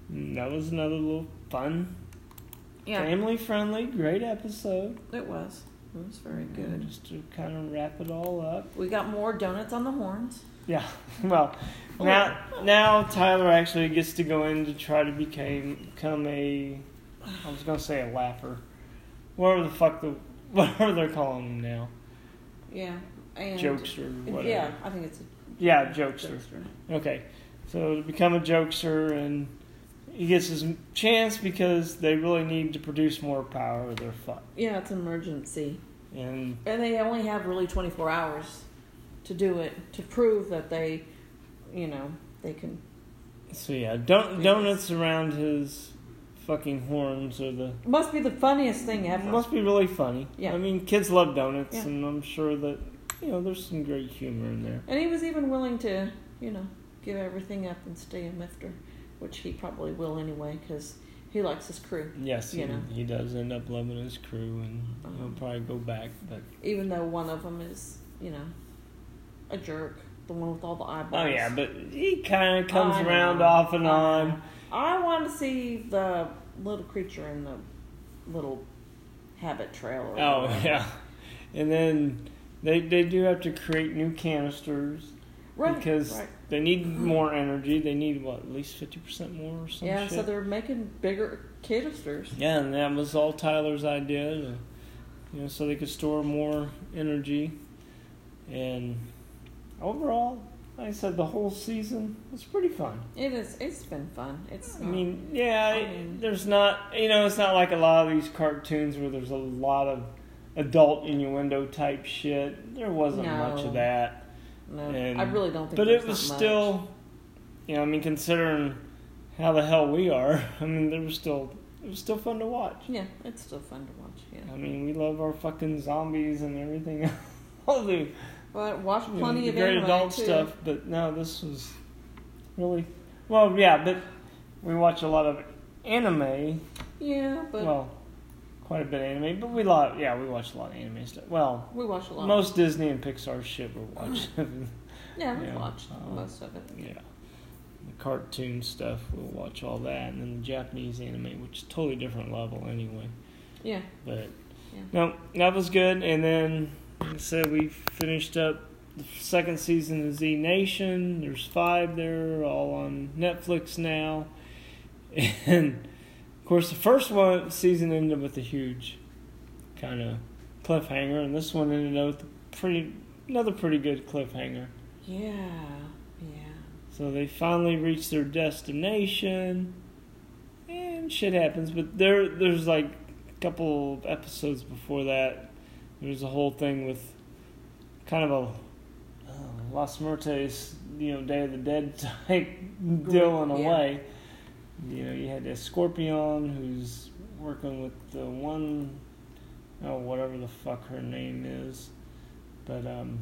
Speaker 1: And that was another little fun,
Speaker 2: Yeah,
Speaker 1: family friendly, great episode.
Speaker 2: it was. It was very
Speaker 1: Mm.
Speaker 2: good.
Speaker 1: Just to kind of wrap it all up.
Speaker 2: We got more donuts on the horns.
Speaker 1: Yeah. Well,
Speaker 2: Oh.
Speaker 1: now now Tyler actually gets to go in to try to became, become a. I was gonna say a laugher. Whatever the fuck the whatever they're calling him now,
Speaker 2: Yeah, and
Speaker 1: jokester. Whatever.
Speaker 2: Yeah, I think it's a
Speaker 1: Yeah, jokester. Okay, so to become a jokester, and he gets his chance because they really need to produce more power. or They're fucked,
Speaker 2: Yeah, it's an emergency,
Speaker 1: and
Speaker 2: and they only have really 24 hours to do it to prove that they, you know, they can.
Speaker 1: so yeah, don- donuts around his fucking horns are the
Speaker 2: Must be the funniest thing ever.
Speaker 1: must be really funny.
Speaker 2: Yeah.
Speaker 1: I mean, kids love donuts,
Speaker 2: Yeah.
Speaker 1: and I'm sure that you know there's some great humor in there.
Speaker 2: And he was even willing to, you know, give everything up and stay a mifter, which he probably will anyway because he likes his crew.
Speaker 1: Yes, he,
Speaker 2: You know.
Speaker 1: he does end up loving his crew, and he'll
Speaker 2: Um.
Speaker 1: probably go back, but.
Speaker 2: Even though one of them is, you know, a jerk, the one with all the
Speaker 1: Oh
Speaker 2: eyeballs.
Speaker 1: yeah, but he kind of comes
Speaker 2: I know.
Speaker 1: around off and
Speaker 2: I
Speaker 1: on.
Speaker 2: know. I want to see the little creature in the little habit trail. Or
Speaker 1: Oh
Speaker 2: whatever.
Speaker 1: yeah, and then they they do have to create new canisters
Speaker 2: right.
Speaker 1: because
Speaker 2: right.
Speaker 1: they need
Speaker 2: Hmm.
Speaker 1: more energy. They need what at least fifty percent more or some
Speaker 2: yeah, so
Speaker 1: shit.
Speaker 2: they're making bigger canisters.
Speaker 1: yeah, and that was all Tyler's idea, to, you know, so they could store more energy. And overall, like I said, the whole season was pretty fun.
Speaker 2: It is. It's been fun. It's.
Speaker 1: I
Speaker 2: not-
Speaker 1: mean, yeah,
Speaker 2: I
Speaker 1: it-
Speaker 2: mean-
Speaker 1: there's not, you know, it's not like a lot of these cartoons where there's a lot of adult innuendo type shit. There wasn't much
Speaker 2: No.
Speaker 1: of that.
Speaker 2: no,
Speaker 1: and-
Speaker 2: I really don't think.
Speaker 1: But
Speaker 2: there's
Speaker 1: it was
Speaker 2: not much.
Speaker 1: still, you know, I mean, considering how the hell we are, I mean, there was still, it was still fun to watch.
Speaker 2: Yeah, it's still fun to watch. Yeah.
Speaker 1: I mean, we love our fucking zombies and everything. All the
Speaker 2: Well, watch
Speaker 1: you know,
Speaker 2: plenty
Speaker 1: the
Speaker 2: of
Speaker 1: great
Speaker 2: anime,
Speaker 1: adult
Speaker 2: too.
Speaker 1: stuff, but no, this was really, well, yeah, but we watch a lot of anime.
Speaker 2: Yeah, but
Speaker 1: well, quite a bit of anime, but we lot yeah we watch a lot of anime stuff. Well,
Speaker 2: we watch a lot.
Speaker 1: most Disney and Pixar shit we're watching.
Speaker 2: yeah, we
Speaker 1: yeah,
Speaker 2: watched
Speaker 1: um,
Speaker 2: most of it.
Speaker 1: yeah, the cartoon stuff we'll watch all that, and then the Japanese anime, which is totally different level anyway.
Speaker 2: Yeah,
Speaker 1: But
Speaker 2: Yeah.
Speaker 1: no, that was good. And then like I said we finished up the second season of Z Nation. There's five there, all on Netflix now. And of course, the first one season ended with a huge kind of cliffhanger, and this one ended up with a pretty another pretty good cliffhanger.
Speaker 2: yeah, yeah.
Speaker 1: So they finally reach their destination, and shit happens. But there, there's like a couple of episodes before that. There's a whole thing with kind of a uh, Las Muertes, you know, Day of the Dead type deal in a
Speaker 2: Yeah.
Speaker 1: way. You know, you had a Scorpion who's working with the one, oh, whatever the fuck her name is, but um,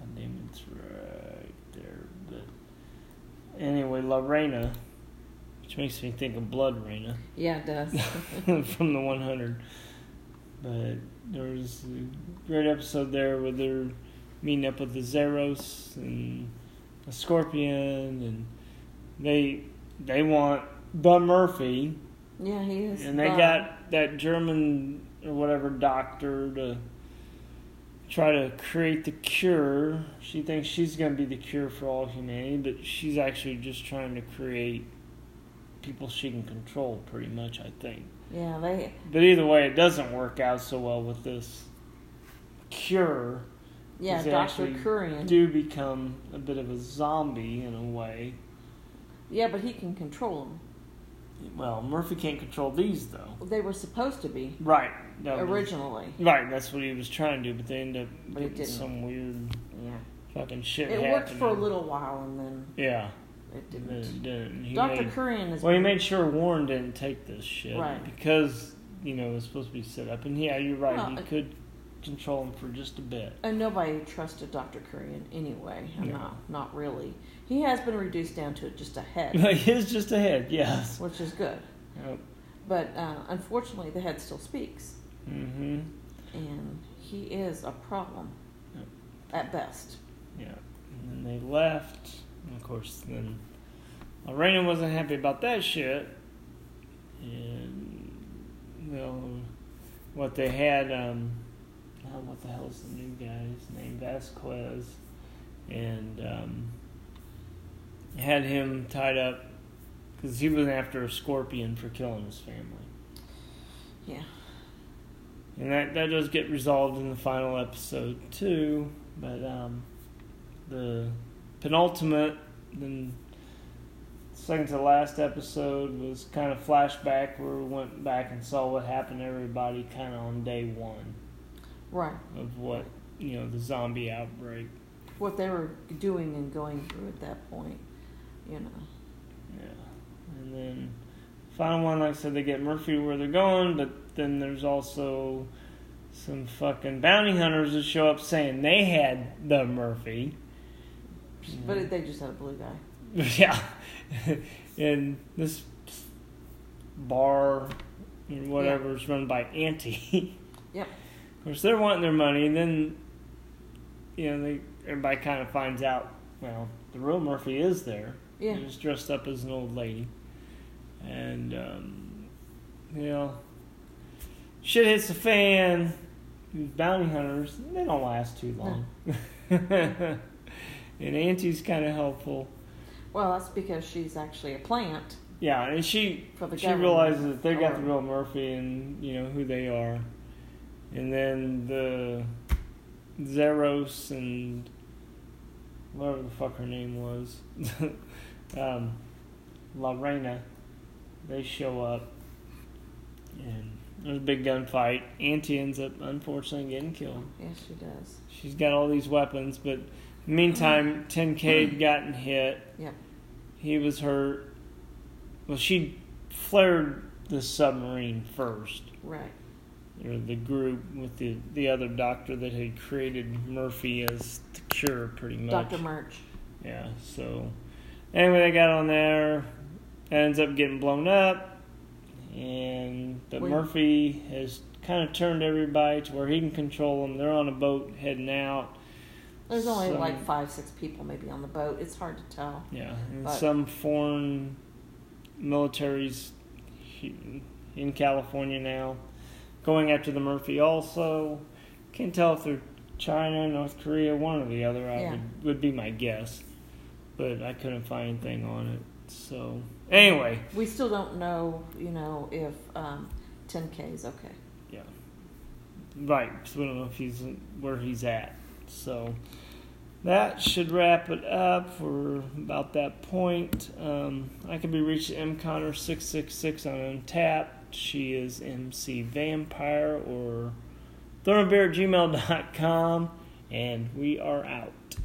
Speaker 1: God damn it's right there. But anyway, Lorena, which makes me think of Blood Raina
Speaker 2: Yeah, it does.
Speaker 1: from the 100. But there was a great episode there where they're meeting up with the Zeros and a Scorpion, and they they want Bud Murphy,
Speaker 2: yeah, he is.
Speaker 1: and they
Speaker 2: Bob.
Speaker 1: got that German or whatever doctor to try to create the cure. She thinks she's going to be the cure for all humanity, but she's actually just trying to create people she can control, pretty much, I think.
Speaker 2: Yeah, they.
Speaker 1: But either way, it doesn't work out so well with this cure.
Speaker 2: Yeah,
Speaker 1: Is it
Speaker 2: Doctor
Speaker 1: actually
Speaker 2: Kurian.
Speaker 1: Do become a bit of a zombie in a way.
Speaker 2: Yeah, but he can control them.
Speaker 1: Well, Murphy can't control these though.
Speaker 2: They were supposed to be
Speaker 1: Right. that was-
Speaker 2: originally.
Speaker 1: Right, that's what he was trying to do, but they end up
Speaker 2: But it
Speaker 1: getting
Speaker 2: didn't.
Speaker 1: some weird
Speaker 2: Yeah,
Speaker 1: fucking shit.
Speaker 2: it, worked
Speaker 1: happening.
Speaker 2: for a little while, and then
Speaker 1: Yeah.
Speaker 2: it
Speaker 1: and
Speaker 2: didn't.
Speaker 1: it didn't. He
Speaker 2: Doctor
Speaker 1: made-
Speaker 2: Kurian is.
Speaker 1: Mm-hmm. well, he made sure Warren didn't take this shit
Speaker 2: Right.
Speaker 1: because you know it was supposed to be set up, and yeah, you're right.
Speaker 2: Well,
Speaker 1: he
Speaker 2: it-
Speaker 1: could control him for just a bit.
Speaker 2: And uh, nobody trusted Dr. Kurian anyway.
Speaker 1: No.
Speaker 2: Not, not really. He has been reduced down to just a head,
Speaker 1: But his just a head, yes. Oh,
Speaker 2: which is good.
Speaker 1: Yep.
Speaker 2: But uh, unfortunately, the head still speaks,
Speaker 1: Mm-hmm.
Speaker 2: and he is a problem
Speaker 1: Yep.
Speaker 2: at best.
Speaker 1: Yeah. And then they left. And of course, then Lorena wasn't happy about that shit. And, well, what they had, um, oh, what the hell's the new guy's name? Vasquez. And, um, had him tied up because he was after a scorpion for killing his family.
Speaker 2: Yeah.
Speaker 1: And that, that does get resolved in the final episode too, but um, the penultimate, then second to last episode was kind of flashback where we went back and saw what happened to everybody kind of on day one
Speaker 2: Right.
Speaker 1: of what you know the zombie outbreak.
Speaker 2: What they were doing and going through at that point, you know.
Speaker 1: Yeah, and then final one, like I said, they get Murphy where they're going, but then there's also some fucking bounty hunters that show up saying they had the Murphy.
Speaker 2: But they just had a blue guy.
Speaker 1: Yeah, and this bar or whatever is run by Auntie.
Speaker 2: Yep.
Speaker 1: Of course, they're wanting their money, and then you know they everybody kind of finds out. Well, the real Murphy is there.
Speaker 2: Yeah.
Speaker 1: He was dressed up as an old lady. And, um, you know, shit hits the fan. These bounty hunters, they don't last too long. and Auntie's kind of helpful.
Speaker 2: Well, that's because she's actually a plant
Speaker 1: Yeah, and she
Speaker 2: for the
Speaker 1: she
Speaker 2: government. Oh.
Speaker 1: realizes that they got the
Speaker 2: Or-
Speaker 1: real Murphy and, you know, who they are. And then the Zeros and whatever the fuck her name was, um, Lorena, they show up and there's a big gunfight. Auntie ends up unfortunately getting killed.
Speaker 2: Yes, she does.
Speaker 1: She's got all these weapons, but in the meantime, 10K had gotten hit.
Speaker 2: Yep.
Speaker 1: He was hurt. Well, she flared the submarine first,
Speaker 2: Right.
Speaker 1: or the group with the, the other doctor that had created Murphy as the cure, pretty much.
Speaker 2: Dr. Murch.
Speaker 1: Yeah, so anyway, they got on there. Ends up getting blown up, and but
Speaker 2: Wait.
Speaker 1: Murphy has kind of turned everybody to where he can control them. They're on a boat heading out.
Speaker 2: There's only
Speaker 1: Some-
Speaker 2: like five, six people maybe on the boat. It's hard to tell.
Speaker 1: Yeah, and
Speaker 2: But-
Speaker 1: some foreign militaries he- in California now going after the Murphy also. Can't tell if they're China, North Korea, one or the other. I
Speaker 2: Yeah.
Speaker 1: would, would be my guess, but I couldn't find anything on it. So anyway,
Speaker 2: We still don't know, you know, if um, 10K is okay.
Speaker 1: yeah, right. So we don't know if he's where he's at. So that should wrap it up for about that point. Um, I can be reached at mconnor666 on Untap. She is MC Vampire or thoroughbear@gmail.com, and we are out.